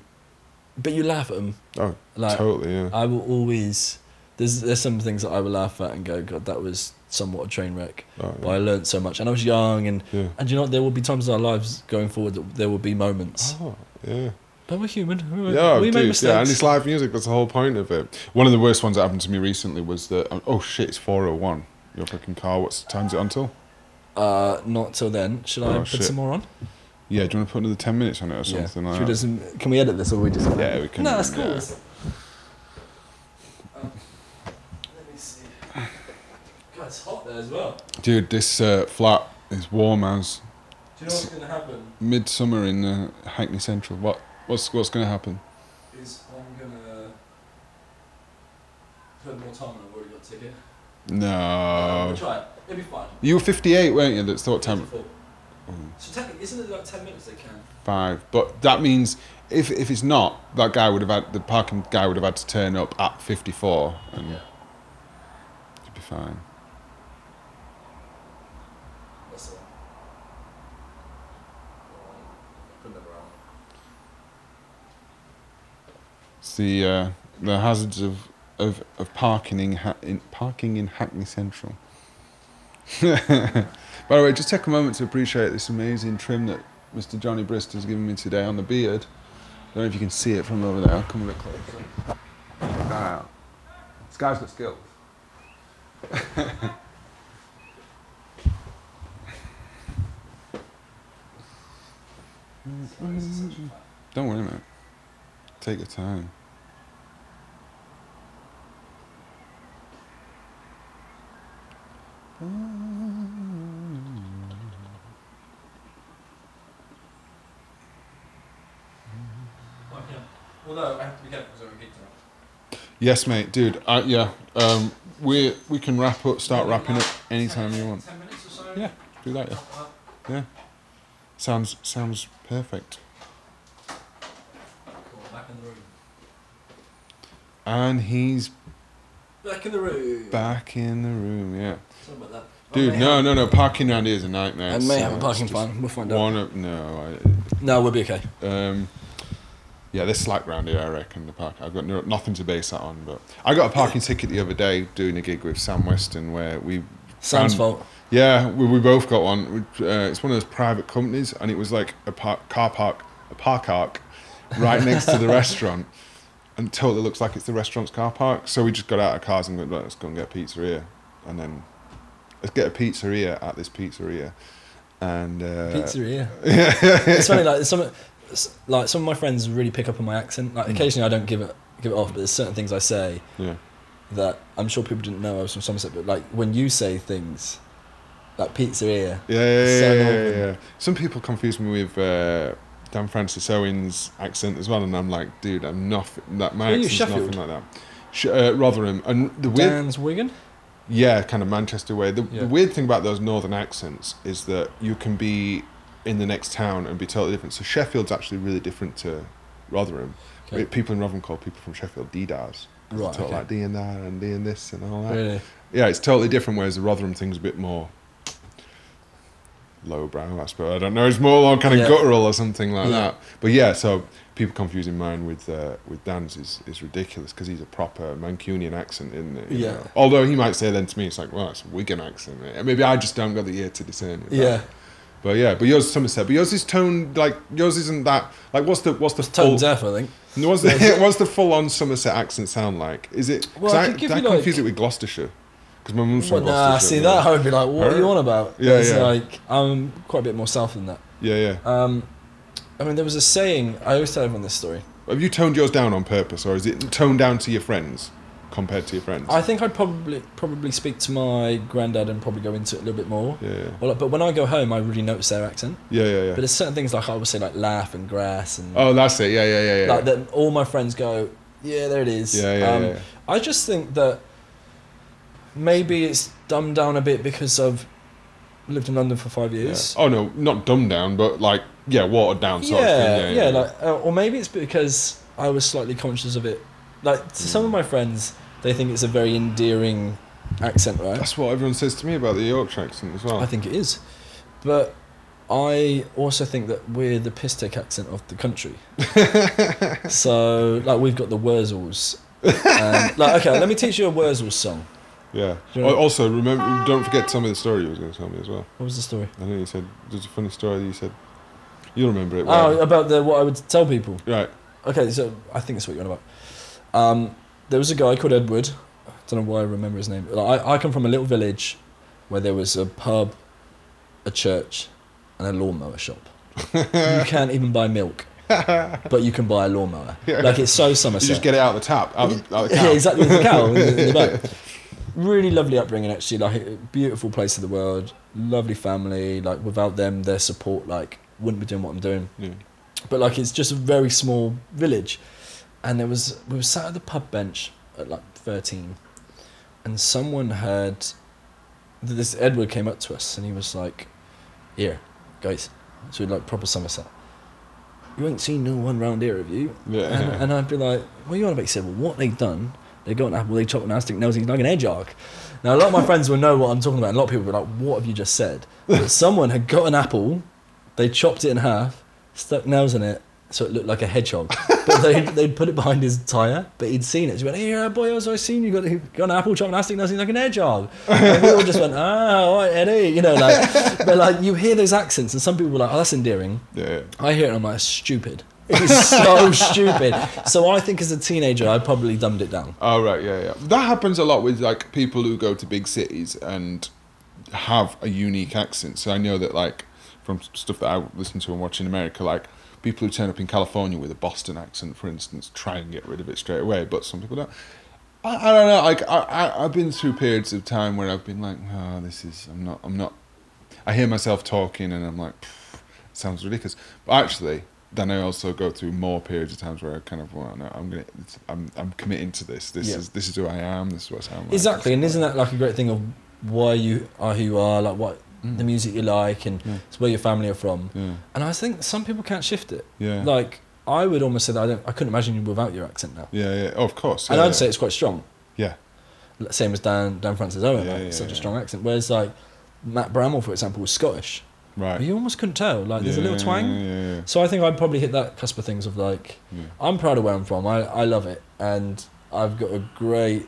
B: but you laugh at them.
C: oh,
B: Like
C: totally. Yeah.
B: I will always there's there's some things that I will laugh at and go, God, that was somewhat a train wreck.
C: Oh,
B: But I learnt so much, and I was young, and
C: yeah.
B: and you know what? there will be times in our lives going forward that there will be moments,
C: Oh, yeah.
B: but we're human. We,
C: Yeah,
B: we
C: dude,
B: make
C: yeah, and it's
B: mistakes.
C: live music. That's the whole point of it. One of the worst ones that happened to me recently was that oh shit, it's four oh one. Your fucking car. What's time's it on till?
B: uh, not till then. Should I
C: Oh,
B: put
C: shit.
B: some more on?
C: Yeah, do you want to put another 10 minutes on it or
B: Yeah.
C: something
B: Should
C: like
B: we
C: that?
B: do some- can we edit this or we just?
C: Yeah, we can.
B: no, that's cool.
C: yeah.
B: That's- Um, let me see. God, it's hot there as well.
C: Dude, this uh, flat is warm as
B: Do you know what's going to happen?
C: midsummer in uh, Hackney Central. What? What's what's going to happen?
B: Is I'm going to put more time and I've already got a ticket. Uh,
C: No.
B: we'll try it. It'll be fine.
C: You were 58, weren't you? That's what time? Mm.
B: Beautiful. So technically, isn't it like 10 minutes they can?
C: Five. But that means if if it's not, that guy would have had the parking guy would have had to turn up at 54, and
B: Yeah.
C: it'd be fine.
B: That's the one. Alright, Put another hour on.
C: It's the uh, the hazards of of, of parking in, ha- in parking in Hackney Central. (laughs) By the way, just take a moment to appreciate this amazing trim that Mr. Johnny Brist has given me today on the beard. I don't know if you can see it from over there. I'll come a bit closer. Check that out. This guy's got skills. Mm-hmm.
B: Sorry, this is such a fact.
C: Don't worry, mate. Take your time.
B: Okay. Although I have to be careful because I'm a gig tonight.
C: Yes, mate, dude. I, yeah, um, we we can wrap up, start wrapping up anytime
B: Ten-
C: you want.
B: Ten minutes or so.
C: Yeah, do that. Yeah.
B: Uh,
C: Yeah. Sounds sounds perfect.
B: Cool. Back in the room.
C: And he's
B: Back in the room.
C: back in the room. Yeah.
B: Sorry about that. I
C: Dude,
B: may
C: no,
B: have-
C: no, no. Parking around here is a nightmare.
B: I Oh, may have a parking
C: fine.
B: fine. We'll find out.
C: One of no.
B: No, we'll be okay.
C: I, um, yeah, there's slack round here. I reckon the park. I've got no, nothing to base that on, but I got a parking ticket the other day doing a gig with Sam Weston where we
B: Sam's
C: found-
B: fault.
C: Yeah, we, we both got one. We- Uh, it's one of those private companies, and it was like a park, car park, a park arc, right next
B: (laughs)
C: to the restaurant, and it totally looks like it's the restaurant's car park. So we just got out of cars and went, "Right, let's go and get a pizzeria, and then let's get a pizzeria at this pizzeria, and uh, (laughs)
B: Pizzeria. it's funny, like some, s- like some of my friends really pick up on my accent.
C: Hmm.
B: Like occasionally, I don't give it give it off, but there's certain things I say
C: yeah,
B: that I'm sure people didn't know I was from Somerset. But like when you say things, like pizzeria,
C: yeah, yeah, yeah,
B: So
C: yeah, yeah,
B: northern.
C: yeah. Some people confuse me with. Uh, Dan Francis Owen's accent as well, and I'm like, dude, I'm not that. My
B: Are you
C: accent's
B: Sheffield?
C: nothing like that. Sh- uh, Rotherham, and the weird
B: Dan's Wigan.
C: Yeah, kind of Manchester way. The,
B: Yeah.
C: the weird thing about those northern accents is that you can be in the next town and be totally different. So Sheffield's actually really different to Rotherham.
B: Okay.
C: People in Rotherham call people from Sheffield D-dars. Right,
B: Right,
C: talk
B: Oh, okay.
C: like D and that and D and this and all that.
B: Really?
C: Yeah, it's totally different. Whereas the Rotherham thing's a bit more lowbrow, I suppose. I don't know. It's more like kind of
B: Yeah.
C: guttural or something like
B: Yeah.
C: that. But yeah, so people confusing mine with uh, with Dan's is, is ridiculous because he's a proper Mancunian accent, isn't it?
B: Yeah.
C: know? Although he might say then to me, it's like, well, that's a Wigan accent. mate." Maybe I just don't got the ear to discern. it.
B: Yeah.
C: But yeah, but yours is Somerset. But yours is toned like yours isn't that like what's the what's the
B: It's tone
C: full-
B: deaf, I think.
C: no, What's
B: (laughs)
C: the, what's the full on Somerset accent sound like? Is it? 'cause
B: Well, I
C: I,
B: could give
C: I
B: you, like-
C: confuse it with Gloucestershire because my mum's from
B: Well, nah, see
C: Gloucestershire.
B: that I would be like, what are you on about?
C: Yeah,
B: it's
C: yeah.
B: like I'm quite a bit more south than that.
C: Yeah, yeah.
B: Um, I mean, there was a saying I always tell everyone this story.
C: Have you toned yours down on purpose, or is it toned down to your friends compared to your friends?
B: I think I'd probably probably speak to my granddad and probably go into it a little bit more.
C: yeah, yeah,
B: Well, like, but when I go home, I really notice their accent.
C: yeah, yeah. yeah.
B: But there's certain things like I would say like laugh and grass and
C: oh, that's it. Yeah, yeah, yeah, yeah.
B: like Um, that. All my friends go, yeah, there it is.
C: yeah, yeah, yeah.
B: I just think that maybe it's dumbed down a bit because I've lived in London for five
C: yeah.
B: years.
C: Oh no, not dumbed down, but like yeah, watered down sort
B: yeah,
C: of thing.
B: yeah, like, uh, or maybe it's because I was slightly conscious of it. Like to some of
C: Mm.
B: my friends, they think it's a very endearing accent, right?
C: that's what everyone says to me about the Yorkshire accent as well.
B: I think it is, but I also think that we're the piss take accent of the
C: (laughs)
B: country. so like we've got the Wurzels. And, like okay, let me teach you a Wurzels song.
C: yeah.
B: Do you know-
C: Al- Also, remember, don't forget to tell me the story you was going to tell me as well.
B: What was the story?
C: I know you said there's a funny story that you said. You'll remember it.
B: Oh,
C: whatever.
B: about the what I would tell people.
C: right.
B: Okay, so I think that's what you're on about. Um, there was a guy called Edward. I don't know why I remember his name. Like, I, I come from a little village where there was a pub, a church, and a lawnmower shop.
C: (laughs)
B: you can't even buy milk, but you can buy a lawnmower. Like it's so Somerset.
C: You just get it out of the tap, out, of- out of the cow.
B: Yeah, exactly. with The cow in the, in the
C: (laughs)
B: back. Really lovely upbringing, actually. Like a beautiful place in the world. Lovely family. Like without them, their support, like wouldn't be doing what I'm doing.
C: Yeah.
B: But like it's just a very small village, and there was we were sat at the pub bench at like 13, and someone had this Edward came up to us and he was like, "Here, guys." So we'd like proper Somerset. You ain't seen no one round here, have you?
C: Yeah.
B: And, and I'd be like, what are you on about? He said, well, what they've done, they got an apple, they chopped an astic nose, he's like an hedgehog. Now, a lot of my friends will know what I'm talking about, and a lot of people will be like, what have you just said? But someone had got an apple, they chopped it in half, stuck nails in it, so it looked like a hedgehog. But they, they'd put it behind his tyre, but he'd seen it. So he went, hey, uh, boy, I seen you got, you got an apple, chopped an astic nose, he's like an hedgehog. And we all just went, ah, all right, Eddie. You know, like, but like, you hear those accents, and some people were like, oh, that's endearing.
C: Yeah.
B: I hear it and I'm like, stupid. It's so stupid. So I think as a teenager, I probably dumbed it down.
C: Oh right, yeah, yeah. That happens a lot with like people who go to big cities and have a unique accent. So I know that like from stuff that I listen to and watch in America, like people who turn up in California with a Boston accent, for instance, try and get rid of it straight away, but some people don't. I, I don't know. Like I, I, I've been through periods of time where I've been like, oh, this is. I'm not. I'm not. I hear myself talking and I'm like, "Pff, sounds ridiculous. But actually, then I also go through more periods of times where I kind of, well, no, I'm gonna, it's, I'm, I'm committing to this. This
B: Yeah.
C: is, this is who I am. This is what I sound like.
B: Exactly. And isn't that like a great thing of why you are who you are, like what the music you like, and it's where your family are from.
C: Yeah.
B: And I think some people can't shift it.
C: Yeah.
B: Like, I would almost say that I, don't, I couldn't imagine you without your accent now.
C: Yeah, yeah. Oh, of course.
B: and
C: yeah,
B: I'd
C: yeah.
B: say it's quite strong.
C: yeah,
B: Same as Dan, Dan Francis Owen,
C: Yeah,
B: like,
C: yeah,
B: such a
C: yeah.
B: strong accent. Whereas, like, Matt Bramwell, for example, was Scottish.
C: right.
B: But you almost couldn't tell. Like, there's a little
C: Yeah,
B: twang.
C: Yeah, yeah, yeah.
B: So I think I'd probably hit that cusp of things of like,
C: Yeah.
B: I'm proud of where I'm from. I, I love it, and I've got a great,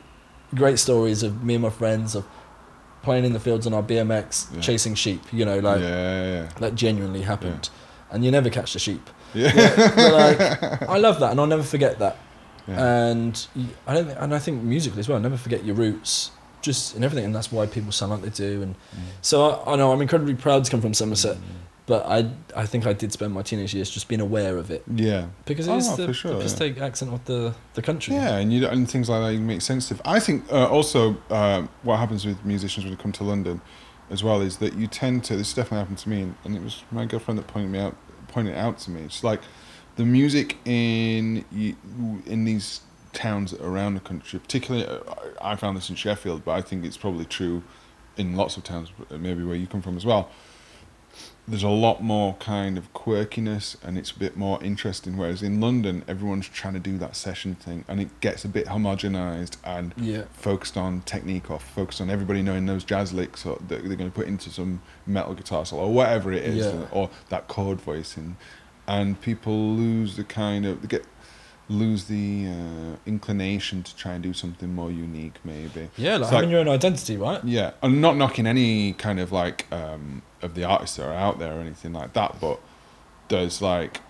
B: great stories of me and my friends of playing in the fields on our BMX,
C: Yeah.
B: chasing sheep. You know, like
C: yeah,
B: that genuinely happened, and you never catch the sheep.
C: yeah, yeah.
B: But, like, I love that, and I'll never forget that.
C: (laughs) Yeah.
B: And y- I don't, thi- and I think musically as well, never forget your roots, just in everything, and that's why people sound like they do. And so I, I know I'm incredibly proud to come from Somerset. But I, I think I did spend my teenage years just being aware of it
C: yeah.
B: because
C: Oh,
B: it is
C: no,
B: the,
C: for sure,
B: the
C: yeah.
B: piss take accent of the, the country.
C: Yeah, and you don't- and things like that you make sense of. I think uh, also um what happens with musicians when they come to London, as well, is that you tend to. This definitely happened to me, and, and it was my girlfriend that pointed me out, pointed it out to me. It's like the music in y- in these towns around the country, particularly uh, I I found this in Sheffield, but I think it's probably true in lots of towns, uh, maybe where you come from as well. there's a lot more kind of quirkiness and it's a bit more interesting. Whereas in London, everyone's trying to do that session thing and it gets a bit homogenized and
B: Yeah.
C: focused on technique or focused on everybody knowing those jazz licks or that they're going to put into some metal guitar solo or whatever it is
B: Yeah.
C: or that chord voicing. And people lose the kind of, they get lose the uh, inclination to try and do something more unique maybe.
B: Yeah, like
C: It's
B: having your own identity, right?
C: yeah, I'm not knocking any kind of like um, of the artists that are out there or anything like that, but there's like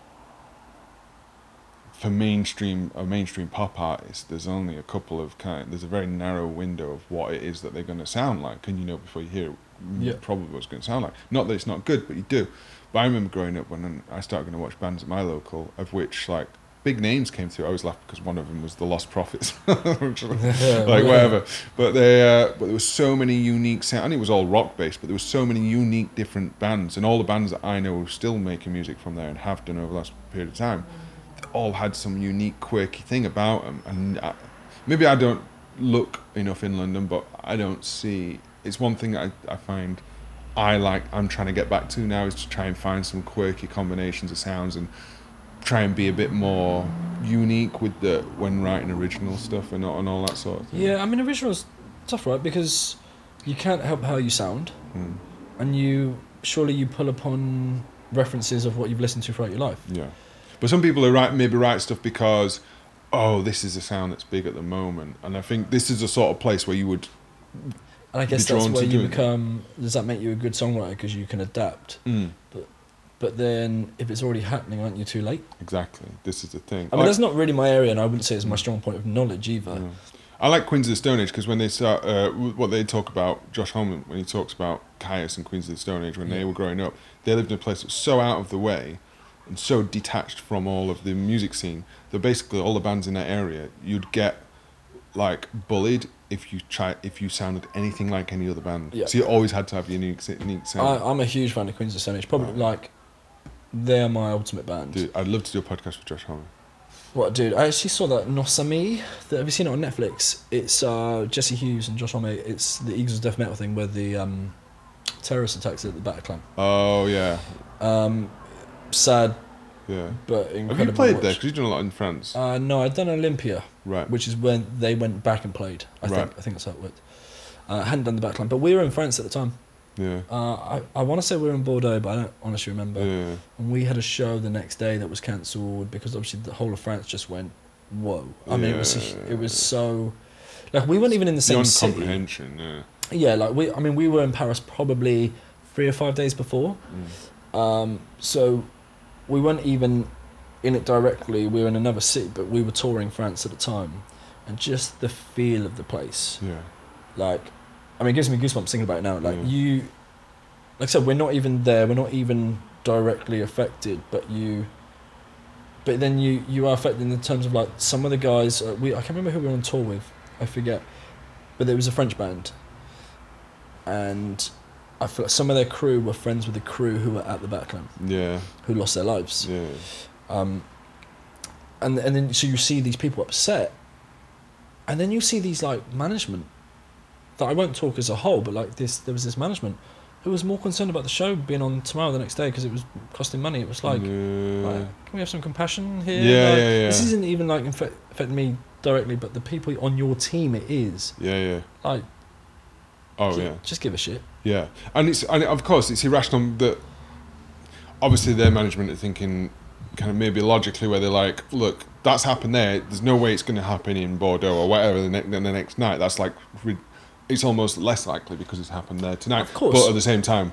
C: for mainstream a mainstream pop artist, there's only a couple of kind. There's a very narrow window of what it is that they're going to sound like, and you know before you hear it,
B: Yeah.
C: yeah. probably what it's going to sound like. Not that it's not good, but you do. But I remember growing up when I started going to watch bands at my local, of which like big names came through. I always laugh because one of them was the Lost Prophets, (laughs) which was- (laughs)
B: (laughs)
C: like
B: Yeah.
C: whatever. But they, uh, but there was so many unique sound, and it was all rock based. But there was so many unique different bands, and all the bands that I know are still making music from there and have done over the last period of time, they all had some unique quirky thing about them. And I, maybe I don't look enough in London, but I don't see. It's one thing that I, I find I like. I'm trying to get back to now is to try and find some quirky combinations of sounds and try and be a bit more unique with the when writing original stuff and, all- and all that sort of thing.
B: Yeah, I mean, original's tough, right? Because you can't help how you sound,
C: Mm.
B: and you surely you pull upon references of what you've listened to throughout your life.
C: Yeah. But some people are right maybe write stuff because oh this is a sound that's big at the moment and I think this is the sort of place where you would
B: And I guess
C: Be drawn
B: that's where
C: to
B: you
C: doing it.
B: become. Does that make you a good songwriter because you can adapt?
C: "Hmm,
B: But then, if it's already happening, aren't you too late?
C: exactly this is the thing.
B: I mean,
C: Like-
B: that's not really my area, and I wouldn't say it's my strong point of knowledge either.
C: Yeah. I like Queens of the Stone Age because when they start, uh, w- what they talk about, Josh Holman, when he talks about Caius and Queens of the Stone Age, when they were growing up, they lived in a place that's so out of the way and so detached from all of the music scene that basically all the bands in that area, you'd get like bullied if you try if you sounded anything like any other band.
B: Yeah.
C: So you always had to have your unique, s- unique sound.
B: I, I'm a huge fan of Queens of the Stone Age. Probably like they're my ultimate band.
C: Dude, I'd love to do a podcast with Josh Holman.
B: What, dude? I actually saw that Nosami. That, have you seen it on Netflix? It's uh, Jesse Hughes and Josh Homme. It's the Eagles of Death Metal thing where the um, terrorist attacks at the Bataclan.
C: Oh yeah,
B: Um, sad
C: yeah.
B: but incredible.
C: Have you played
B: watch.
C: there? Because you've done a lot in France,
B: Uh, no, I'd done Olympia,
C: right?
B: which is when they went back and played. I
C: Right.
B: think I think that's how it worked. Uh, I hadn't done the Bataclan, but we were in France at the time.
C: yeah,
B: Uh, I, I want to say we were in Bordeaux, but I don't honestly remember.
C: yeah.
B: And we had a show the next day that was cancelled because obviously the whole of France just went, whoa. I mean, it was a-
C: Yeah.
B: it was so like we weren't even in the same
C: Beyond
B: city.
C: comprehension. Yeah.
B: Yeah, like we. I mean, we were in Paris probably three or five days before,
C: Mm.
B: um, so we weren't even in it directly. We were in another city, but we were touring France at the time, and just the feel of the place,
C: Yeah.
B: like, I mean, it gives me goosebumps thinking about it now. Like
C: Yeah.
B: you, like I said, we're not even there. We're not even directly affected, but you. But then you you are affected in terms of like some of the guys uh, we I can't remember who we were on tour with I forget, but there was a French band. And I feel like some of their crew were friends with the crew who were at the Bataclan
C: Yeah.
B: who lost their lives.
C: Yeah.
B: Um, and and then so you see these people upset, and then you see these like management that I won't talk as a whole, but like this there was this management who was more concerned about the show being on tomorrow the next day because it was costing money. It was like,
C: Mm, Yeah.
B: like, can we have some compassion here?
C: Yeah,
B: Like,
C: yeah, yeah.
B: This isn't even like infect, affecting me directly, but the people on your team it is.
C: yeah. Yeah.
B: Like,
C: Oh
B: gi-
C: yeah.
B: just give a shit.
C: Yeah. And it's and of course it's irrational that obviously their management are thinking kind of maybe logically where they're like, look, that's happened there. There's no way it's going to happen in Bordeaux or whatever the next the next night. That's like rid- it's almost less likely because it's happened there tonight.
B: Of course.
C: But at the same time,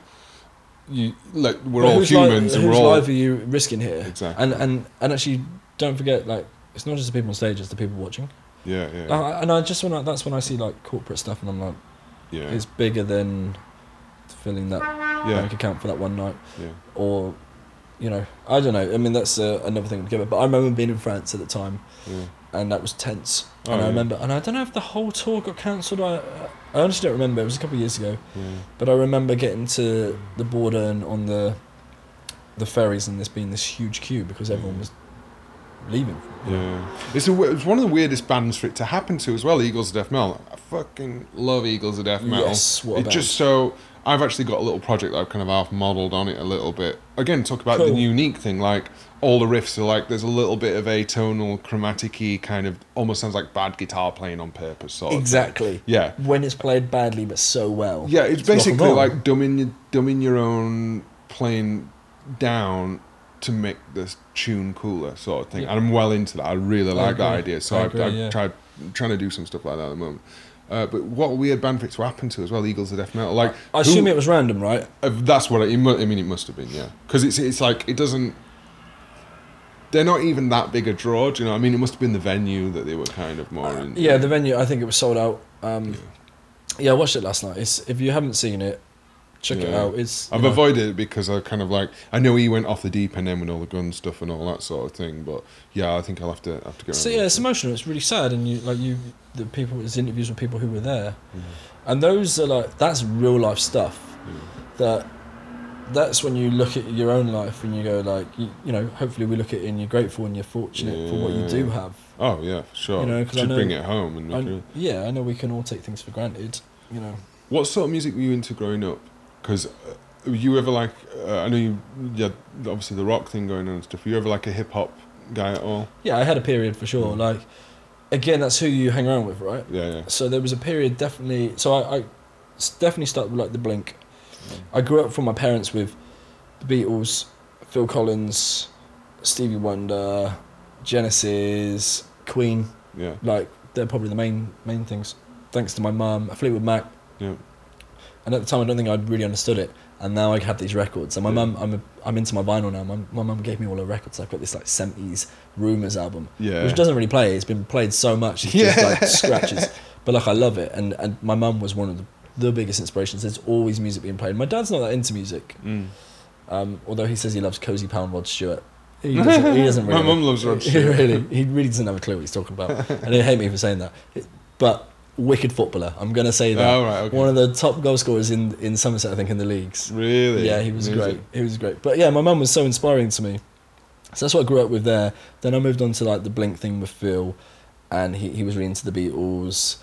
C: you like we're
B: But
C: all
B: whose li-
C: humans and
B: whose
C: we're all
B: life are you risking here?
C: Exactly.
B: And and and actually, don't forget, like it's not just the people on stage; it's the people watching.
C: yeah yeah
B: And I- Uh, and I just when I, that's when I see like corporate stuff, and I'm like,
C: yeah
B: it's bigger than filling that
C: yeah
B: bank account for that one night,
C: yeah
B: or you know, I don't know. I mean, that's uh, another thing altogether. But I remember being in France at the time,
C: yeah.
B: and that was tense.
C: Oh,
B: and I
C: yeah.
B: remember, and I don't know if the whole tour got cancelled. I I honestly don't remember. It was a couple of years ago.
C: yeah.
B: But I remember getting to the border and on the the ferries and this being this huge queue because
C: Mm.
B: everyone was leaving.
C: Yeah, it's a, it's one of the weirdest bands for it to happen to as well. Eagles of Death Metal. I fucking love Eagles of Death Metal.
B: Yes, what a
C: it's
B: band.
C: just so. I've actually got a little project that I've kind of half modelled on it a little bit. Again, talk about
B: Cool.
C: the unique thing. Like all the riffs are like there's a little bit of atonal, chromaticy kind of almost sounds like bad guitar playing on purpose. Sort of thing.
B: Exactly.
C: Yeah.
B: When it's played badly but so well.
C: Yeah,
B: rock
C: it's,
B: and
C: basically
B: roll.
C: like dumbing your, dumbing your own playing down to make this tune cooler, sort of thing.
B: Yeah.
C: And I'm well into that. I really like that
B: agree.
C: idea. So
B: I
C: I've,
B: agree,
C: I've
B: yeah.
C: tried trying to do some stuff like that at the moment. Uh, but what a weird band for it to happen to as well, Eagles of Death Metal. Like,
B: I assume it was random, right?
C: that's what it, it mu- I mean. It must have been, yeah, because it's it's like it doesn't. They're not even that big a draw. Do you know? what I mean, it must have been the venue that they were kind of more in.
B: Uh, Yeah, the venue. I think it was sold out. Um, yeah. I watched it last night. It's, if you haven't seen it, check it
C: Yeah.
B: out. It's.
C: I've
B: you know,
C: avoided it because I kind of like I know he went off the deep end then with all the gun stuff and all that sort of thing, but yeah, I think I'll have to have to go.
B: So
C: around
B: yeah,
C: and-
B: it's emotional. It's really sad, and you like you the people. There's interviews with people who were there,
C: Mm.
B: and those are like that's real life stuff.
C: Mm.
B: That that's when you look at your own life and you go like you, you know. Hopefully, we look at it and you're grateful and you're fortunate for what you do
C: Yeah.
B: have.
C: Oh yeah, for sure.
B: You know, 'cause I
C: Should
B: know-
C: bring it home and make
B: And,
C: it-
B: yeah, I know we can all take things for granted. You know,
C: What sort of music were you into growing up? Because uh, were you ever like uh, I know you yeah obviously the rock thing going on and stuff. Were you ever like a hip hop guy at all?
B: yeah, I had a period for sure. Like again, that's who you hang around with, right?
C: Yeah, yeah,
B: So there was a period definitely. So I, I s- definitely started with like the Blink. I grew up from my parents with the Beatles, Phil Collins, Stevie Wonder, Genesis, Queen.
C: yeah,
B: Like they're probably the main main things. Thanks to my mum, Fleetwood Mac,
C: yeah.
B: And at the time, I don't think I'd really understood it. And now I had these records. And my mum, I'm, a, I'm into my vinyl now. My, my mum gave me all her records. I've got this like 70s Rumours album,
C: Yeah.
B: which doesn't really play. It's been played so much, it's just
C: (laughs)
B: like scratches. But like, I love it. And, and my mum was one of the, the biggest inspirations. There's always music being played. My dad's not that into music,
C: Mm.
B: um, although he says he loves Cozy Pound Rod Stewart.
C: (laughs)
B: He doesn't, he doesn't
C: My
B: really.
C: mum loves Rod
B: (laughs) he
C: Stewart.
B: really, he really doesn't have a clue what he's talking about, and they hate me for saying that. But wicked footballer, I'm gonna say that.
C: Oh, right, okay.
B: One of the top goal scorers in in Somerset, I think, in the leagues.
C: Really?
B: Yeah, he was
C: Amazing.
B: great. He was great. But yeah, my mum was so inspiring to me. So that's what I grew up with there. Then I moved on to like the Blink thing with Phil, and he, he was really into the Beatles,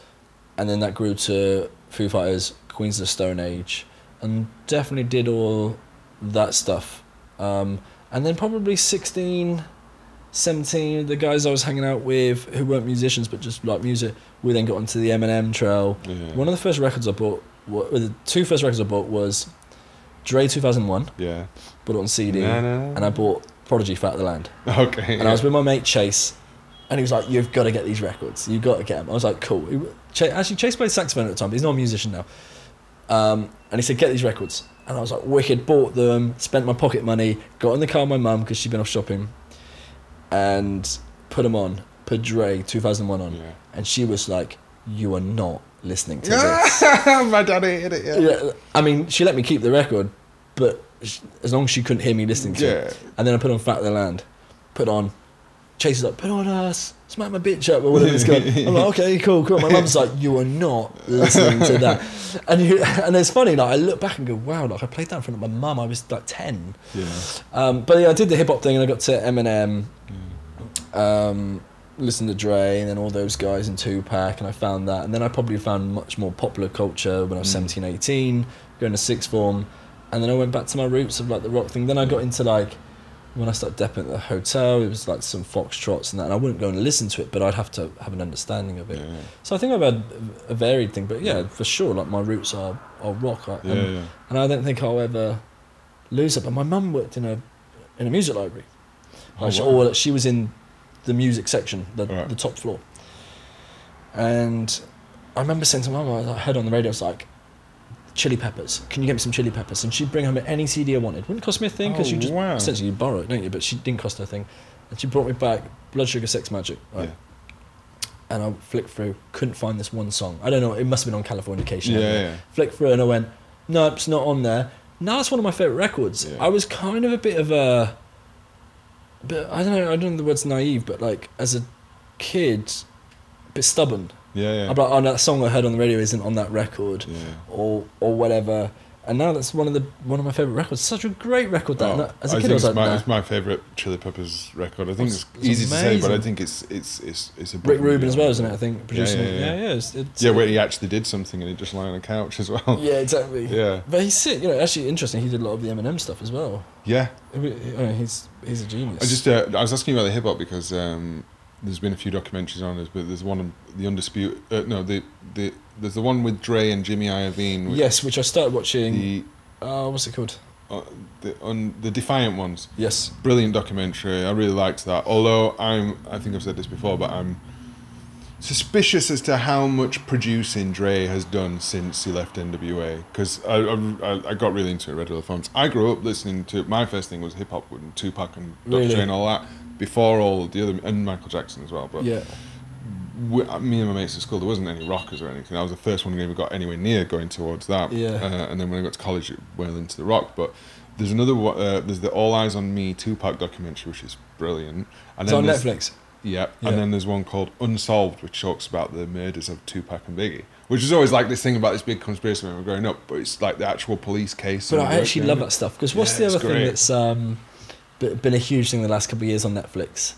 B: and then that grew to Foo Fighters, Queens of the Stone Age, and definitely did all that stuff. Um, and then probably 16, 17, the guys I was hanging out with who weren't musicians but just like music, we then got onto the Eminem trail.
C: Yeah.
B: One of the first records I bought, wa- well, the two first records I bought was Dre 2001,
C: Yeah.
B: bought it on CD,
C: Na, na, na.
B: and I bought Prodigy Fat of the Land.
C: (laughs) Okay.
B: And I was with my mate Chase, and he was like, You've got to get these records. You've got to get them. I was like, Cool. He- Ch- actually, Chase played saxophone at the time, but he's not a musician now. Um, and he said, Get these records. And I was like, Wicked, bought them, spent my pocket money, got in the car with my mum because she'd been off shopping, and put them on, put Dre 2001 on.
C: Yeah.
B: And she was like, You are not listening to this.
C: (laughs) my dad hated it. Yeah.
B: Yeah, I mean, she let me keep the record, but sh as long as she couldn't hear me listening to
C: Yeah.
B: it. And then I put on Fat of the Land, put on. Chase is like, put on us, smack my bitch up or whatever it's going. I'm like, okay, cool, cool. My mum's like, you are not listening to
C: (laughs)
B: that. And you, and it's funny, like I look back and go, wow, like I played that in front of my mum. I was like ten.
C: Yeah.
B: Um, but yeah, I did the hip hop thing and I got to Eminem, um, listened to Dre and then all those guys in Tupac, and I found that. And then I probably found much more popular culture when I
C: Mm.
B: was 17, 18, going to sixth form. And then I went back to my roots of like the rock thing. Then I got into like, when I started depping at the hotel, it was like some foxtrots and that. And I wouldn't go and listen to it, but I'd have to have an understanding of it.
C: Yeah.
B: So I think I've had a varied thing. But yeah, for sure, like my roots are, are rock. I-
C: Yeah.
B: and-
C: yeah.
B: and I don't think I'll ever lose it. But my mum worked in a in a music library,
C: Oh,
B: Like, she-
C: wow.
B: or she was in the music section, the,
C: Right.
B: the top floor. And I remember saying to my mum, I heard on the radio, it's like. Chili peppers. Can you get me some chili peppers? And she'd bring home any CD I wanted. Wouldn't cost me a thing because you
C: Oh,
B: just
C: wow.
B: essentially you borrow it, don't you? But she didn't cost her a thing, and she brought me back Blood Sugar Sex Magic. right? And I flicked through, couldn't find this one song. I don't know. It must have been on Californication.
C: Yeah,
B: hadn't it?
C: yeah.
B: flicked through and I went, no, it's not on there. Now it's one of my favourite records.
C: Yeah.
B: I was kind of a bit of a, but I don't know, I don't know the words naive, but like as a kid, a bit stubborn.
C: Yeah. Yeah.
B: I'm like, oh, no, that song I heard on the radio isn't on that record,
C: yeah.
B: or or whatever. And now that's one of the one of my favourite records. Such a great record that.
C: Oh,
B: and that- as a
C: I
B: kid,
C: think
B: I was
C: it's
B: like,
C: my,
B: nah.
C: it's my favorite Chili Peppers record. I think
B: It's-
C: it's,
B: it's
C: easy to say, but I
B: amazing.
C: think it's it's it's it's a
B: Rick
C: brilliant
B: Rubin as well,
C: album.
B: isn't it? I think producing.
C: yeah,
B: it.
C: yeah.
B: yeah. it's, it's, uh,
C: Yeah, where he actually did something and it just lay on a couch as well.
B: yeah, exactly.
C: (laughs) Yeah.
B: but he's sick. You know, actually interesting. He did a lot of the Eminem stuff as well.
C: Yeah.
B: I mean, I mean, he's he's a genius.
C: I just uh, I was asking you about the hip hop because um, there's been a few documentaries on this, but there's one on the undisputed. Uh, no, the the there's the one with Dre and Jimmy Iovine. With
B: yes, which I started watching.
C: The
B: Uh, what's it called?
C: uh, the un, the Defiant ones.
B: Yes.
C: Brilliant documentary. I really liked that. Although I'm, I think I've said this before, but I'm suspicious as to how much producing Dre has done since he left NWA. Because I, I, I got really into it, Red Hill Farms. I grew up listening to my first thing was hip hop with Tupac and Dr.
B: Really?
C: Dre and all that. Before all the other and Michael Jackson as well, but
B: Yeah.
C: we, uh, me and my mates at school, there wasn't any rockers or anything. I was the first one who even got anywhere near going towards that.
B: Yeah.
C: Uh, and then when I got to college, it well into the rock. But there's another one, uh, there's the All Eyes on Me Tupac documentary, which is brilliant. And
B: It's on
C: there's-
B: Netflix.
C: Yeah.
B: Yeah.
C: And then there's one called Unsolved, which talks about the murders of Tupac and Biggie, which is always like this thing about this big conspiracy when we were growing up, but it's like the actual police case.
B: But
C: and
B: I
C: the work
B: actually love
C: behind it.
B: that stuff because what's
C: Yeah,
B: the
C: it's
B: other thing
C: great.
B: that's um, be- been a huge thing the last couple of years on Netflix?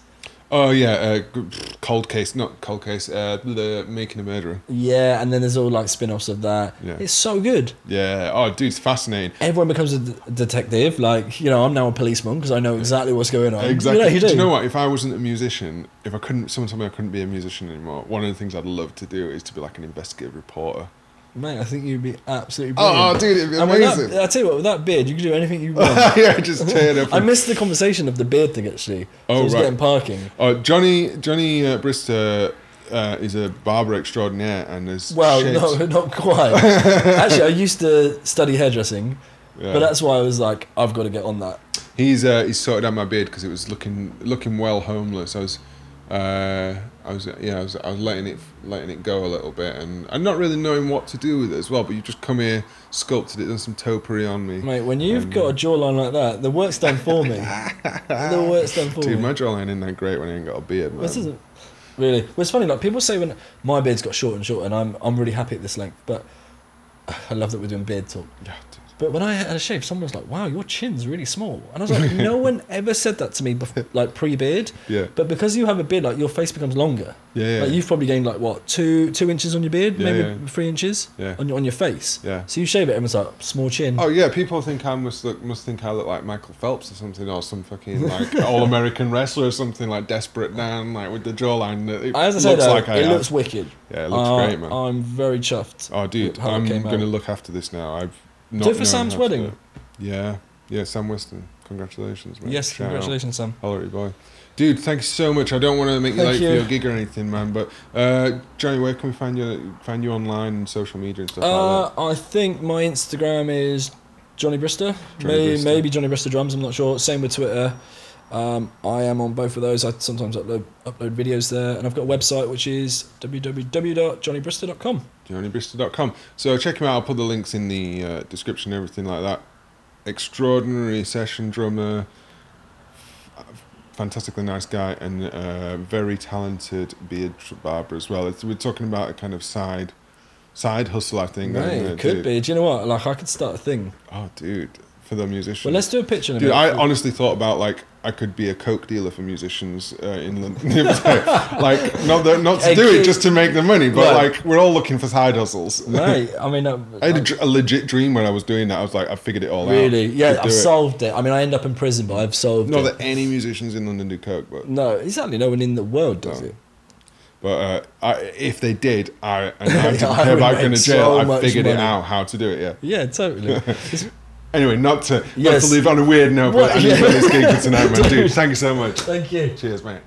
C: Oh, yeah. Uh, g- pfft, cold case, not cold case, uh, the making a murderer.
B: Yeah, and then there's all like spin-offs of that.
C: Yeah.
B: It's so good.
C: Yeah. Oh, dude, it's fascinating.
B: Everyone becomes a d- detective. Like you know, I'm now a policeman because I know exactly what's going on.
C: Exactly.
B: You know, you
C: do.
B: do.
C: you know what? If I wasn't a musician, if I couldn't, someone told me I couldn't be a musician anymore. One of the things I'd love to do is to be like an investigative reporter. (laughs)
B: mate? I think you'd be absolutely
C: Oh,
B: brilliant.
C: oh, dude, it'd be
B: And with that-
C: amazing.
B: I tell you what, with that beard, you could do anything you
C: (laughs)
B: want.
C: yeah, just turn up.
B: I
C: and-
B: missed the conversation of the beard thing actually. So
C: Oh,
B: I was
C: right.
B: getting parking.
C: oh, Johnny Johnny uh, Brister uh, is a barber extraordinaire and has
B: Well,
C: shaped- (laughs)
B: no, (laughs) not quite. Actually, I used to study hairdressing,
C: Yeah.
B: but that's why I was like, I've got to get on that.
C: He's uh, he's sorted out my beard because it was looking looking well homeless. I was, uh, I was yeah, I was, I was letting it letting it go a little bit and and not really knowing what to do with it as well. But you just come here, sculpted it, done some topiary on me.
B: Mate, when you've got
C: uh,
B: a jawline like that, the work's done for
C: (laughs)
B: me. the work's done for
C: Dude,
B: me.
C: my jawline isn't that great when I ain't got a beard, man.
B: This isn't really. Well, it's funny. Like people say when my beard's got shorter and shorter, and I'm I'm really happy at this length. But (sighs) I love that we're doing beard talk.
C: Yeah, dude.
B: But when I had a shave, someone was like, "Wow, your chin's really small," and I was like, "No
C: (laughs)
B: one ever said that to me, bef- like pre-beard."
C: Yeah.
B: But because you have a beard, like your face becomes longer.
C: Yeah, yeah.
B: Like you've probably gained like what two two inches on your beard,
C: Yeah,
B: maybe
C: yeah.
B: three inches
C: Yeah.
B: on your on your face.
C: Yeah.
B: So you shave it, everyone's like, "Small chin."
C: Oh yeah, people think I must look must think I look like Michael Phelps or something, or some
B: (laughs)
C: fucking like all American wrestler or something like Desperate Dan, like with the jawline. that It
B: As I
C: looks
B: said, though,
C: like I
B: it
C: have.
B: looks wicked.
C: Yeah, it looks
B: Uh,
C: great, man.
B: I'm very chuffed.
C: Oh, dude,
B: how it
C: I'm
B: came
C: going to
B: out.
C: look after this now. I've not
B: Do it for
C: known
B: Sam's
C: how to
B: wedding.
C: do it. Yeah, yeah, Sam Weston. Congratulations, man.
B: Yes,
C: Shout out.
B: congratulations, Sam.
C: Holla at your boy. Dude, thanks so much. I don't want to make you
B: Thank
C: late
B: you.
C: for your gig or anything, man. But uh, Johnny, where can we find you? Find you online and social media and stuff like
B: Uh, I think my Instagram is Johnny Brister.
C: Johnny
B: May-
C: Brister.
B: Maybe Johnny Brister drums. I'm not sure. Same with Twitter. Um, I am on both of those. I sometimes upload upload videos there, and I've got a website which is www.johnnybrister.com.
C: that. JohnnyBrister.com. So check him out. I'll put the links in the uh, description, and everything like that. Extraordinary session drummer, f- fantastically nice guy, and uh, very talented beard barber as well. It's, we're talking about a kind of side, side hustle, I think. that,
B: Mate,
C: isn't
B: it could
C: dude?
B: be. Do you know what? Like I could start a thing.
C: Oh, dude, for the musicians.
B: Well, let's do a picture. in a
C: Dude, I
B: minute.
C: honestly thought about like I could be a coke dealer for musicians uh, in (laughs) London. like not that, not to
B: Hey,
C: do it
B: kid.
C: just to make the money, but
B: Right.
C: like we're all looking for side hustles.
B: Mate, I mean, uh,
C: (laughs) I had a,
B: like,
C: dr- a legit dream when I was doing that. I was like, I figured it all out.
B: really, yeah,
C: Could
B: I've
C: do it.
B: solved it. I mean, I end up in prison, but I've solved
C: Not
B: it.
C: that any musicians in London do coke, but
B: No, exactly. No one in the world does
C: No.
B: it.
C: but uh, I, if they did, I
B: (laughs)
C: and I didn't
B: I
C: care
B: would
C: about
B: make
C: going to
B: so
C: jail. I
B: much
C: figured it
B: money.
C: out how to do it. Yeah.
B: Yeah,
C: (laughs)
B: totally. It's-
C: Anyway, not to not
B: Yes.
C: to leave on a weird note, but
B: What-
C: I need
B: yeah.
C: to this
B: (laughs)
C: gig for tonight, man. Dude, thank you so much.
B: Thank you.
C: Cheers, mate.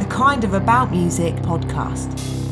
A: The Kind of About Music podcast.